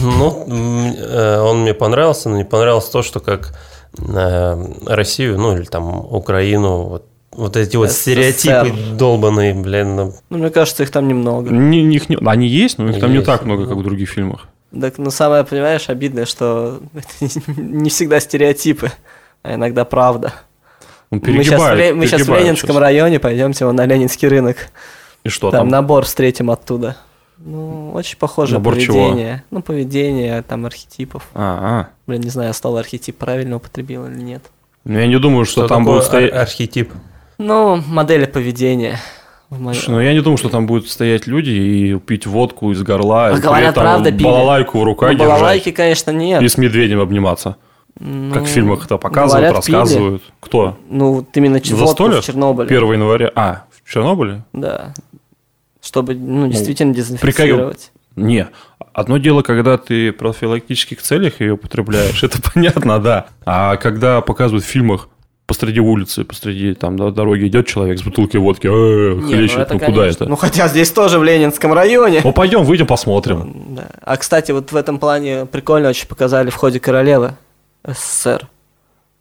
[SPEAKER 2] Ну, м, э, он мне понравился, но не понравилось то, что как э, Россию, ну или там Украину, вот, вот эти вот
[SPEAKER 1] СССР.
[SPEAKER 2] стереотипы долбаные, блин. ну,
[SPEAKER 1] Ну, мне кажется, их там немного.
[SPEAKER 3] Не, не- их не- они есть, но их там не
[SPEAKER 2] Есть,
[SPEAKER 3] так много,
[SPEAKER 2] ну.
[SPEAKER 3] как в других фильмах.
[SPEAKER 1] Так, ну, самое, понимаешь, обидное, что это [LAUGHS] не всегда стереотипы, а иногда правда.
[SPEAKER 3] Он
[SPEAKER 1] Мы сейчас, в,
[SPEAKER 3] перегибает,
[SPEAKER 1] Ле- мы щас в
[SPEAKER 3] перегибает
[SPEAKER 1] Ленинском
[SPEAKER 3] чуть.
[SPEAKER 1] районе, пойдемте вон на Ленинский рынок.
[SPEAKER 3] И что
[SPEAKER 1] там
[SPEAKER 3] там?
[SPEAKER 1] набор встретим оттуда. Ну, очень похоже
[SPEAKER 3] Набор чего?
[SPEAKER 1] поведение. Ну, поведение там архетипов.
[SPEAKER 3] А, а.
[SPEAKER 1] Блин, не знаю, слово архетип правильно употребил или нет.
[SPEAKER 3] Ну, я не думаю, что, там
[SPEAKER 2] такое
[SPEAKER 1] а,
[SPEAKER 3] будет стоять...
[SPEAKER 2] ар- архетип?
[SPEAKER 1] Ну, модели поведения. В моё-
[SPEAKER 3] Слушай, ну я не думаю, что там будут стоять люди и пить водку из горла,
[SPEAKER 1] А
[SPEAKER 3] и при
[SPEAKER 1] говорят,
[SPEAKER 3] этом
[SPEAKER 1] правда, пили.
[SPEAKER 3] балалайку в руках
[SPEAKER 1] Ну,
[SPEAKER 3] держать
[SPEAKER 1] балалайки, конечно, нет.
[SPEAKER 3] и с медведем обниматься.
[SPEAKER 1] Ну,
[SPEAKER 3] как в фильмах это показывают,
[SPEAKER 1] говорят, пили.
[SPEAKER 3] рассказывают. Кто?
[SPEAKER 1] Ну, вот именно ч- водку
[SPEAKER 3] Застолье?
[SPEAKER 1] в Чернобыле.
[SPEAKER 3] 1 января. А, в Чернобыле?
[SPEAKER 1] Да. Чтобы, ну, действительно дезинфицировать.
[SPEAKER 3] Не. Одно дело, когда ты в профилактических целях ее употребляешь, [LAUGHS] это понятно, да. А когда показывают в фильмах посреди улицы, посреди там да, дороги идет человек с бутылкой водки, э,
[SPEAKER 1] Не,
[SPEAKER 3] хлещет, ну, куда
[SPEAKER 1] конечно.
[SPEAKER 3] это?
[SPEAKER 1] Ну, хотя здесь тоже в Ленинском районе.
[SPEAKER 3] Ну пойдем, выйдем, посмотрим.
[SPEAKER 1] Да. А, кстати, вот в этом плане прикольно очень показали в ходе королевы СССР.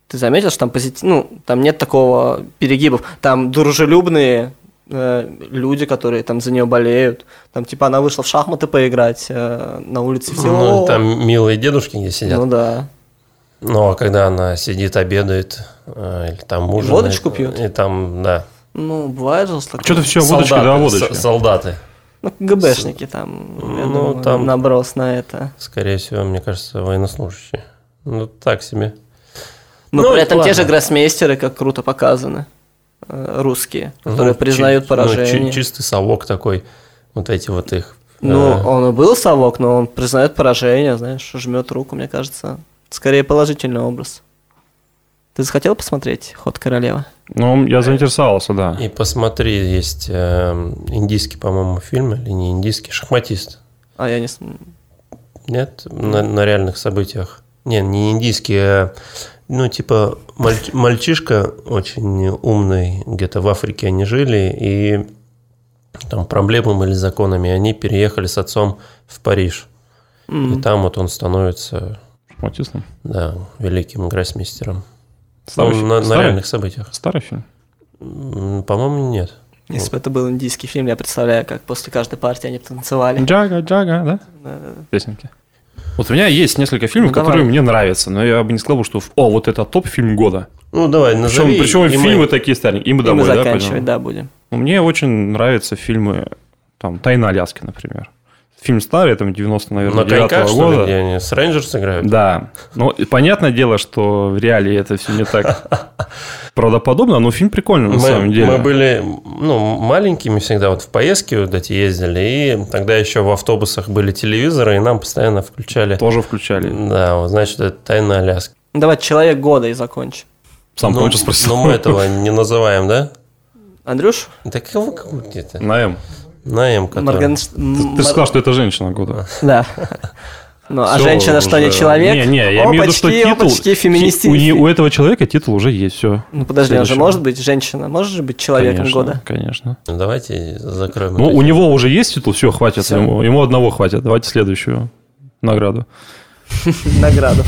[SPEAKER 1] Ты заметил, что там позитив... Ну, там нет такого перегибов. Там дружелюбные э, люди, которые там за нее болеют. Там, типа, она вышла в шахматы поиграть э, на улице. Все,
[SPEAKER 2] Ну,
[SPEAKER 1] «О,
[SPEAKER 2] там милые дедушки где сидят.
[SPEAKER 1] ну да.
[SPEAKER 2] Ну, а когда она сидит, обедает, э, или там ужинает. э,
[SPEAKER 1] водочку пьют.
[SPEAKER 2] И там, да.
[SPEAKER 1] Ну, бывает же такое.
[SPEAKER 3] Что-то все, водочки
[SPEAKER 2] Солдаты,
[SPEAKER 3] да,
[SPEAKER 2] со-
[SPEAKER 3] водочки.
[SPEAKER 2] солдаты.
[SPEAKER 1] Ну, КГБшники там, я
[SPEAKER 2] Ну,
[SPEAKER 1] думаю,
[SPEAKER 2] там-
[SPEAKER 1] наброс на это.
[SPEAKER 2] Скорее всего, мне кажется, военнослужащие. Ну, так себе.
[SPEAKER 1] Но
[SPEAKER 2] Ну,
[SPEAKER 1] при этом
[SPEAKER 2] ладно.
[SPEAKER 1] те же гроссмейстеры, как круто показаны, э, русские, которые
[SPEAKER 2] Ну,
[SPEAKER 1] признают
[SPEAKER 2] чи-
[SPEAKER 1] поражение.
[SPEAKER 2] ну, чи- чистый совок такой, вот эти вот их.
[SPEAKER 1] Ну,
[SPEAKER 2] э,
[SPEAKER 1] он и был совок, но он признает поражение, знаешь, жмет руку, мне кажется. Скорее положительный образ. Ты захотел посмотреть ход королевы?
[SPEAKER 3] Ну, я заинтересовался, да.
[SPEAKER 2] И посмотри, есть э, индийский, по-моему, фильм, или не индийский, шахматист.
[SPEAKER 1] А я не см-
[SPEAKER 2] Нет? На, на реальных событиях. Не, не индийский, а, ну, типа, мальч- мальчишка очень умный, где-то в Африке они жили, и там проблемам или законами они переехали с отцом в Париж. И
[SPEAKER 1] М.
[SPEAKER 2] там вот он становится,
[SPEAKER 3] Шахматистом.
[SPEAKER 2] да, великим гроссмейстером.
[SPEAKER 3] Старый,
[SPEAKER 2] Ну,
[SPEAKER 3] фи-
[SPEAKER 2] на, на
[SPEAKER 3] старый?
[SPEAKER 2] реальных событиях.
[SPEAKER 3] Старый фильм?
[SPEAKER 2] М, По-моему, нет.
[SPEAKER 1] Если бы это был индийский фильм,
[SPEAKER 2] Ну,
[SPEAKER 1] я представляю, как после каждой партии они танцевали.
[SPEAKER 3] Джага, джага, да?
[SPEAKER 1] Э,
[SPEAKER 3] Песенки. Вот у меня есть несколько фильмов,
[SPEAKER 1] Ну, давай.
[SPEAKER 3] которые мне нравятся, но я бы не сказал, что в- о, вот это топ-фильм года.
[SPEAKER 2] Ну, давай,
[SPEAKER 3] Причем,
[SPEAKER 2] назови.
[SPEAKER 3] причем
[SPEAKER 2] и мы-
[SPEAKER 3] фильмы такие стали. И мы
[SPEAKER 1] И мы
[SPEAKER 3] домой, да,
[SPEAKER 1] заканчивать,
[SPEAKER 3] пойдем?
[SPEAKER 1] да, будем.
[SPEAKER 3] Ну, Мне очень нравятся фильмы, там, «Тайна Аляски», например. Фильм старый, там, 90 наверное,
[SPEAKER 2] На коньках,
[SPEAKER 3] 9
[SPEAKER 2] что ли, где
[SPEAKER 3] года.
[SPEAKER 2] они с Рейнджерс играют?
[SPEAKER 3] Да. Ну, и понятное дело, что в реале это все не так
[SPEAKER 1] [LAUGHS]
[SPEAKER 3] правдоподобно, но фильм прикольный на
[SPEAKER 2] мы,
[SPEAKER 3] самом деле.
[SPEAKER 2] мы были ну, маленькими всегда, вот в поездки вот эти ездили, и тогда еще в автобусах были телевизоры, и нам постоянно включали.
[SPEAKER 3] Тоже
[SPEAKER 1] Ну,
[SPEAKER 3] включали.
[SPEAKER 2] Да, вот, значит, это тайна Аляски.
[SPEAKER 1] Давай «Человек года» и закончим.
[SPEAKER 3] Сам
[SPEAKER 2] Ну,
[SPEAKER 3] короче спросил. [LAUGHS]
[SPEAKER 2] Но мы этого не называем, да?
[SPEAKER 1] Андрюш,
[SPEAKER 2] Да кого как где-то?
[SPEAKER 3] На М.
[SPEAKER 2] На М, который.
[SPEAKER 1] Морганш-
[SPEAKER 3] Ты,
[SPEAKER 1] М-
[SPEAKER 3] ты же сказал, что это женщина года.
[SPEAKER 1] Да. Ну, а
[SPEAKER 3] Всё
[SPEAKER 1] женщина что, не
[SPEAKER 3] уже.
[SPEAKER 1] человек?
[SPEAKER 3] Не, не, я имею в виду, что
[SPEAKER 1] Опачки,
[SPEAKER 3] титул...
[SPEAKER 1] опачки, феминистический.
[SPEAKER 3] У, не- у этого человека титул уже есть, все.
[SPEAKER 1] Ну, подожди, он же
[SPEAKER 3] Следующего.
[SPEAKER 1] может быть женщина, может же быть человеком года?
[SPEAKER 3] Конечно.
[SPEAKER 2] Ну, Давайте закроем.
[SPEAKER 3] Ну,
[SPEAKER 2] эту
[SPEAKER 3] у него уже есть титул, все, хватит.
[SPEAKER 2] Всё.
[SPEAKER 3] Ему, ему одного хватит. Давайте следующую награду. [LAUGHS]
[SPEAKER 1] Награду.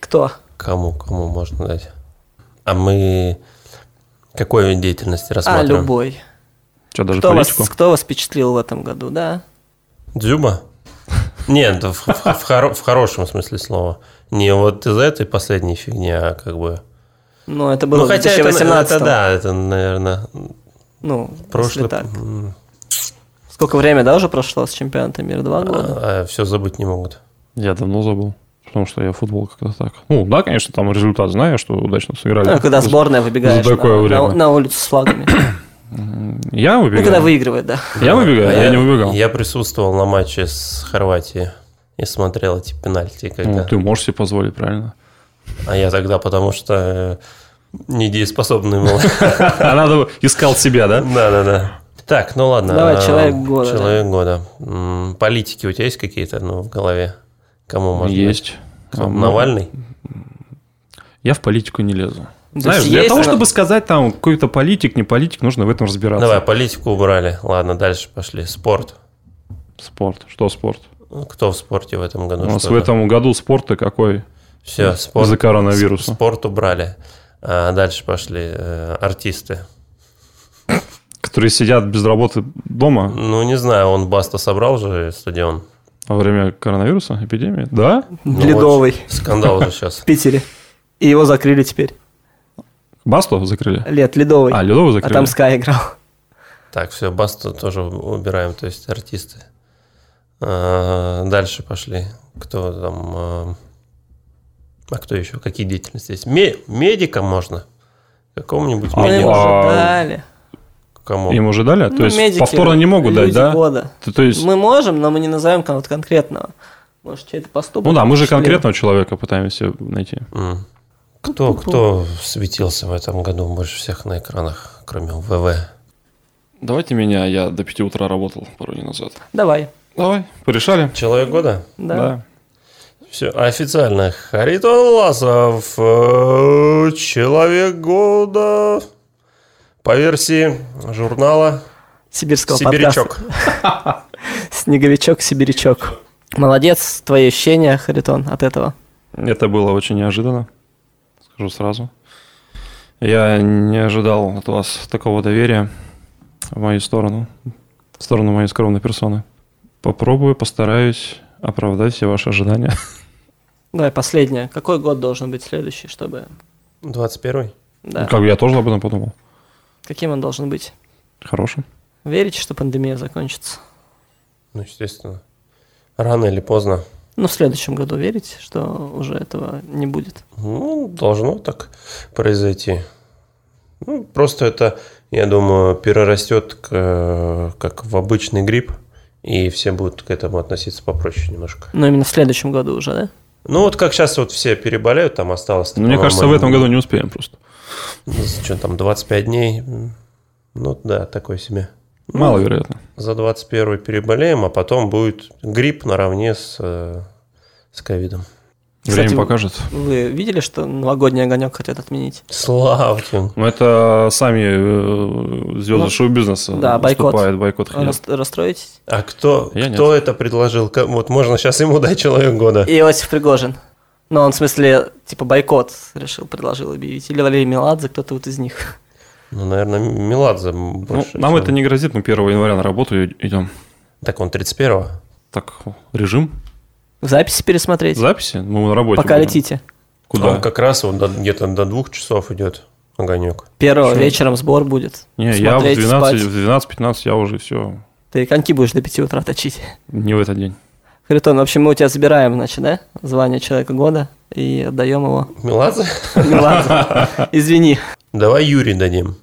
[SPEAKER 1] Кто? А,
[SPEAKER 2] Кому, кому можно дать? А мы какой вид деятельности
[SPEAKER 1] А,
[SPEAKER 2] рассматриваем?
[SPEAKER 1] любой.
[SPEAKER 3] Что, даже
[SPEAKER 1] Кто вас,
[SPEAKER 3] политику?
[SPEAKER 1] кто вас впечатлил в этом году, да?
[SPEAKER 2] Дзюба? Нет, в, в- в хоро- в хорошем смысле слова. Не вот из этой последней фигни, а как бы...
[SPEAKER 1] Ну, это было
[SPEAKER 2] ну,
[SPEAKER 1] в
[SPEAKER 2] хотя это,
[SPEAKER 1] 2018
[SPEAKER 2] это да, это, наверное,
[SPEAKER 1] Ну,
[SPEAKER 2] прошлый...
[SPEAKER 1] если так.
[SPEAKER 2] м,
[SPEAKER 1] Сколько времени, да, уже прошло с чемпионата мира? Два года?
[SPEAKER 2] А, все забыть не могут.
[SPEAKER 3] Я давно забыл. Потому что я футбол как-то так. Ну, да, конечно, там результат знаю, что удачно сыграли.
[SPEAKER 1] Ну, когда сборная выбегает
[SPEAKER 3] за такое
[SPEAKER 1] на,
[SPEAKER 3] время.
[SPEAKER 1] на- на улицу с флагами.
[SPEAKER 3] Я
[SPEAKER 1] Ну,
[SPEAKER 3] выбегаю.
[SPEAKER 1] когда выигрывает, да.
[SPEAKER 3] Я выбегаю,
[SPEAKER 2] А
[SPEAKER 3] я, не выбегал.
[SPEAKER 2] Я присутствовал на матче с Хорватией и смотрел эти пенальти. Когда...
[SPEAKER 3] Ну, ты можешь себе позволить, правильно?
[SPEAKER 2] А я тогда, потому что э, недееспособный был.
[SPEAKER 3] [LAUGHS]
[SPEAKER 2] [LAUGHS]
[SPEAKER 3] А надо искал себя, да?
[SPEAKER 2] Да, да, да. Так, ну ладно.
[SPEAKER 1] Давай,
[SPEAKER 2] А,
[SPEAKER 1] «Человек года», да.
[SPEAKER 2] Человек года. М, Политики у тебя есть какие-то, ну, в голове? Кому можно?
[SPEAKER 3] Есть.
[SPEAKER 2] Кто?
[SPEAKER 3] А, ну,
[SPEAKER 2] Навальный?
[SPEAKER 3] Я в политику не лезу.
[SPEAKER 1] То
[SPEAKER 3] Знаешь,
[SPEAKER 1] есть
[SPEAKER 3] для
[SPEAKER 1] есть
[SPEAKER 3] того,
[SPEAKER 1] она-
[SPEAKER 3] чтобы сказать, там, какой-то политик, не политик, нужно в этом разбираться.
[SPEAKER 2] Давай, политику убрали. Ладно, дальше пошли. Спорт.
[SPEAKER 3] Спорт. Что спорт?
[SPEAKER 2] Кто в спорте в этом
[SPEAKER 1] Ну,
[SPEAKER 2] году?
[SPEAKER 3] У нас в
[SPEAKER 2] что-то?
[SPEAKER 3] этом году спорта какой?
[SPEAKER 2] Все, спорт.
[SPEAKER 3] Из-за коронавируса.
[SPEAKER 2] Спорт убрали. А дальше пошли э, артисты.
[SPEAKER 3] Которые сидят без работы дома
[SPEAKER 2] Ну, не знаю, он Баста собрал же стадион.
[SPEAKER 3] во время коронавируса, эпидемии? Да?
[SPEAKER 2] Ну, вот
[SPEAKER 1] Ледовый
[SPEAKER 2] скандал же сейчас.
[SPEAKER 1] в Питере. И его закрыли теперь.
[SPEAKER 3] Басту закрыли?
[SPEAKER 1] Лет, Ледовый.
[SPEAKER 3] А, Ледову
[SPEAKER 1] А
[SPEAKER 3] закрыли?
[SPEAKER 1] там Скай играл.
[SPEAKER 2] Так, все, Басту тоже убираем, то есть артисты. А, Дальше пошли. Кто там? а, А кто еще? Какие деятельности есть? Ме- медика можно? Какому-нибудь
[SPEAKER 3] А,
[SPEAKER 1] Мы им
[SPEAKER 2] медику?
[SPEAKER 3] а,
[SPEAKER 1] уже дали.
[SPEAKER 2] Кому?
[SPEAKER 3] Им уже дали? а, То
[SPEAKER 1] Ну,
[SPEAKER 3] есть
[SPEAKER 1] медики,
[SPEAKER 3] повторно не могут дать,
[SPEAKER 1] люди
[SPEAKER 3] да?
[SPEAKER 1] года.
[SPEAKER 3] То, то есть,
[SPEAKER 1] Мы можем, но мы не назовем кого-то конкретного. Может, чей-то поступок.
[SPEAKER 3] ну да, мы же
[SPEAKER 1] впечатлил.
[SPEAKER 3] конкретного человека пытаемся найти.
[SPEAKER 2] М. Кто, кто светился в этом году больше всех на экранах, кроме ВВ?
[SPEAKER 4] Давайте меня, я до 5 утра работал пару дней назад.
[SPEAKER 1] Давай.
[SPEAKER 4] Давай, порешали.
[SPEAKER 2] Человек года?
[SPEAKER 1] Да.
[SPEAKER 2] Все, официально. Харитон Ласов, э, человек года по версии журнала
[SPEAKER 1] Сибирского подкаста.
[SPEAKER 2] «Сибирячок».
[SPEAKER 1] [LAUGHS] Снеговичок, сибирячок. Молодец, твои ощущения, Харитон, от этого.
[SPEAKER 3] Это было очень неожиданно, скажу сразу. Я не ожидал от вас такого доверия в мою сторону, в сторону моей скромной персоны. Попробую, постараюсь оправдать все ваши ожидания.
[SPEAKER 1] Давай, последнее. Какой год должен быть следующий, чтобы...
[SPEAKER 2] 21
[SPEAKER 1] Да.
[SPEAKER 3] Ну, Как бы я тоже об этом подумал.
[SPEAKER 1] Каким он должен быть?
[SPEAKER 3] Хорошим.
[SPEAKER 1] Верите, что пандемия закончится?
[SPEAKER 2] Ну, естественно. Рано или поздно.
[SPEAKER 1] Ну, в следующем году верите, что уже этого не будет?
[SPEAKER 2] Ну, должно так произойти. Ну, просто это, я думаю, перерастет к, э, как в обычный грипп, и все будут к этому относиться попроще немножко.
[SPEAKER 1] Ну, именно в следующем году уже, да?
[SPEAKER 2] Ну, вот как сейчас вот все переболеют, там осталось...
[SPEAKER 3] Но Ну, мне кажется, в этом
[SPEAKER 2] по-моему,
[SPEAKER 3] году не успеем просто.
[SPEAKER 2] Что там, 25 дней? М. Ну да, такой себе. Ну,
[SPEAKER 3] Маловероятно.
[SPEAKER 2] За 21 переболеем, а потом будет грипп наравне с, э, с ковидом.
[SPEAKER 1] Кстати,
[SPEAKER 3] Время
[SPEAKER 1] вы-
[SPEAKER 3] покажет.
[SPEAKER 1] Вы видели, что новогодний огонек хотят отменить?
[SPEAKER 2] Славкин.
[SPEAKER 3] Но Ну, это сами э, звезды
[SPEAKER 1] Ну,
[SPEAKER 3] шоу-бизнеса
[SPEAKER 1] да, бойкот.
[SPEAKER 3] выступают, бойкот хотят.
[SPEAKER 1] Рас- расстроитесь?
[SPEAKER 2] А кто,
[SPEAKER 3] Я нет.
[SPEAKER 2] кто это предложил? Ко- Вот можно сейчас ему дать человек года.
[SPEAKER 1] Иосиф Пригожин. Но он, в смысле, типа бойкот решил, предложил объявить. Или Валерий Меладзе, кто-то вот из них.
[SPEAKER 2] Ну, наверное, Меладзе
[SPEAKER 3] Ну,
[SPEAKER 2] больше.
[SPEAKER 3] нам
[SPEAKER 2] всего.
[SPEAKER 3] это не грозит, мы 1 января на работу идем.
[SPEAKER 2] Так он 31-го.
[SPEAKER 3] Так, режим
[SPEAKER 1] В записи пересмотреть?
[SPEAKER 3] Записи? Ну, на работе.
[SPEAKER 1] Пока
[SPEAKER 3] будем.
[SPEAKER 1] летите.
[SPEAKER 3] Куда?
[SPEAKER 2] Он как раз он до- где-то до двух часов идет огонек.
[SPEAKER 1] Первого вечером сбор будет.
[SPEAKER 3] Не, я в
[SPEAKER 1] Смотреть,
[SPEAKER 3] 12,
[SPEAKER 1] спать.
[SPEAKER 3] в 12-15 я уже все
[SPEAKER 1] Ты коньки будешь до 5 утра точить.
[SPEAKER 3] не в этот день.
[SPEAKER 1] Харитон, в общем, мы у тебя забираем, значит, да? Звание человека года и отдаем его. [LAUGHS]
[SPEAKER 2] Меладзе?
[SPEAKER 3] [LAUGHS]
[SPEAKER 1] Ладно, извини.
[SPEAKER 2] Давай Юрий дадим.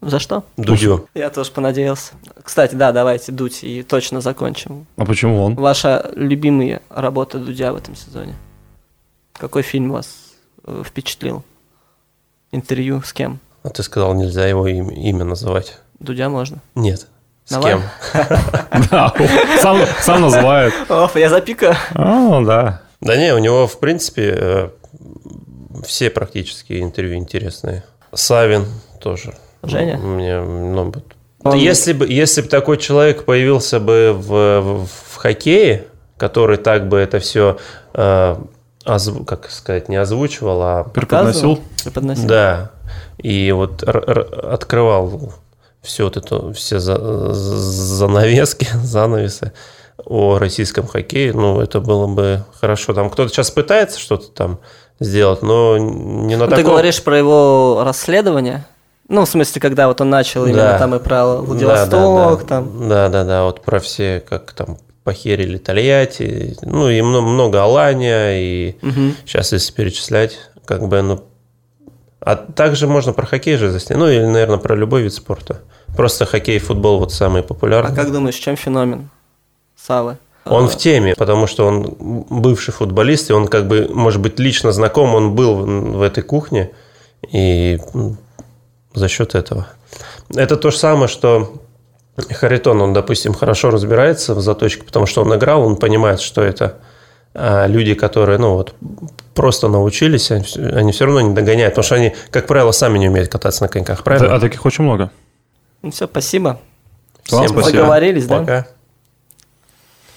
[SPEAKER 1] За что?
[SPEAKER 2] Дудю.
[SPEAKER 1] Я тоже понадеялся. Кстати, да, давайте дуть и точно закончим.
[SPEAKER 3] А почему он?
[SPEAKER 1] Ваша любимая работа Дудя в этом сезоне? Какой фильм вас э, впечатлил? Интервью с кем?
[SPEAKER 2] А ты сказал, нельзя его им- имя называть.
[SPEAKER 1] Дудя можно.
[SPEAKER 2] Нет. С
[SPEAKER 1] Давай.
[SPEAKER 2] кем?
[SPEAKER 3] Да, сам, сам называет.
[SPEAKER 1] Оф, я запика.
[SPEAKER 3] А, да.
[SPEAKER 2] Да не, у него, в принципе, э, все практически интервью интересные. Савин тоже.
[SPEAKER 1] Женя?
[SPEAKER 2] Мне, ну, вот.
[SPEAKER 1] Он-
[SPEAKER 2] Если бы, если бы такой человек появился бы в, в- в хоккее, который так бы это все, как сказать, не озвучивал, а
[SPEAKER 3] Преподносил.
[SPEAKER 1] Преподносил.
[SPEAKER 2] Да. И вот р- р- открывал все вот это, все за- за- занавески, [LAUGHS] занавесы о российском хоккее. Ну, это было бы хорошо. Там кто-то сейчас пытается что-то там сделать, но не на
[SPEAKER 1] Ну, Ты
[SPEAKER 2] таком...
[SPEAKER 1] говоришь про его расследование? Ну, в смысле, когда вот он начал именно
[SPEAKER 2] Да.
[SPEAKER 1] там и про
[SPEAKER 2] Да,
[SPEAKER 1] Владивосток,
[SPEAKER 2] да, да.
[SPEAKER 1] там.
[SPEAKER 2] Да, да, да. Вот про все, как там похерили Тольятти, ну и мно- много Алания, и
[SPEAKER 1] Мгм.
[SPEAKER 2] сейчас если перечислять, как бы, ну... А также можно про хоккей же заснять, ну или, наверное, про любой вид спорта. Просто хоккей и футбол вот самые
[SPEAKER 1] А
[SPEAKER 2] популярные.
[SPEAKER 1] как думаешь, в чем феномен Савы?
[SPEAKER 2] Он
[SPEAKER 1] А,
[SPEAKER 2] в теме, потому что он бывший футболист, и он как бы, может быть, лично знаком, он был в в этой кухне, и м, за счет этого. Это то же самое, что Харитон, он, допустим, хорошо разбирается в заточке, потому что он играл, он понимает, что это а, люди, которые, ну вот, просто научились, они, всё- они все равно не догоняют, потому что они, как правило, сами не умеют кататься на коньках, правильно?
[SPEAKER 3] А таких очень много.
[SPEAKER 1] Ну все, спасибо.
[SPEAKER 3] Вам
[SPEAKER 2] Всем пока.
[SPEAKER 1] Договорились, да?
[SPEAKER 2] Пока.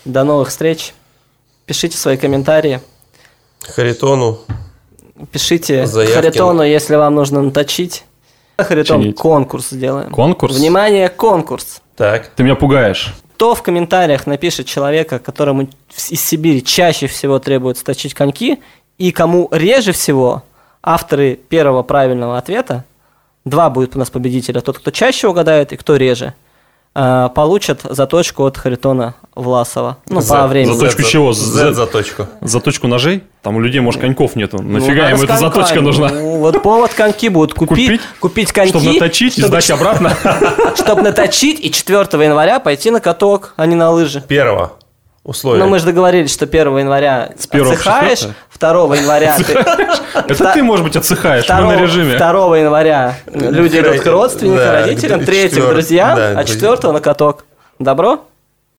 [SPEAKER 1] До новых встреч. Пишите свои комментарии.
[SPEAKER 2] Харитону
[SPEAKER 1] Пишите
[SPEAKER 2] Заявки.
[SPEAKER 1] Харитону, если вам нужно наточить. Харитон,
[SPEAKER 3] Чинить.
[SPEAKER 1] конкурс сделаем.
[SPEAKER 3] Конкурс?
[SPEAKER 1] Внимание, конкурс.
[SPEAKER 2] так.
[SPEAKER 3] Ты меня пугаешь.
[SPEAKER 1] Кто в комментариях напишет человека, которому в- из Сибири чаще всего требуется точить коньки, и кому реже всего авторы первого правильного ответа, два будет у нас победителя, тот, кто чаще угадает и кто реже, э, получат заточку от Харитона Власова. Ну, по
[SPEAKER 2] За-
[SPEAKER 1] времени.
[SPEAKER 2] за-
[SPEAKER 3] Заточку
[SPEAKER 2] за-
[SPEAKER 3] чего?
[SPEAKER 2] за
[SPEAKER 3] За-
[SPEAKER 2] заточку.
[SPEAKER 3] Заточку ножей? Там у людей, может, коньков нету.
[SPEAKER 1] Ну,
[SPEAKER 3] Нафига
[SPEAKER 1] надо
[SPEAKER 3] им
[SPEAKER 1] с
[SPEAKER 3] эта
[SPEAKER 1] коньками.
[SPEAKER 3] заточка нужна?
[SPEAKER 1] Ну, вот повод коньки будут купить, купить,
[SPEAKER 3] Купить?
[SPEAKER 1] коньки,
[SPEAKER 3] Чтобы наточить и сдать обратно?
[SPEAKER 1] [LAUGHS] чтоб наточить и 4 января пойти на каток, а не на лыжи.
[SPEAKER 2] Первого условия.
[SPEAKER 1] Но мы же договорились, что 1 января
[SPEAKER 3] первого по
[SPEAKER 1] отдыхаешь,
[SPEAKER 3] 16?
[SPEAKER 1] 2 января ты...
[SPEAKER 3] [LAUGHS] Это ты, может быть, отсыхаешь. Мы
[SPEAKER 1] 2,
[SPEAKER 3] на режиме.
[SPEAKER 1] 2 января люди
[SPEAKER 2] Кра-
[SPEAKER 1] идут к родственникам,
[SPEAKER 2] да,
[SPEAKER 1] родителям,
[SPEAKER 2] к
[SPEAKER 1] 3 к
[SPEAKER 2] четвёр-
[SPEAKER 1] друзьям,
[SPEAKER 2] да,
[SPEAKER 1] а
[SPEAKER 2] друзья.
[SPEAKER 1] 4 на каток. Добро?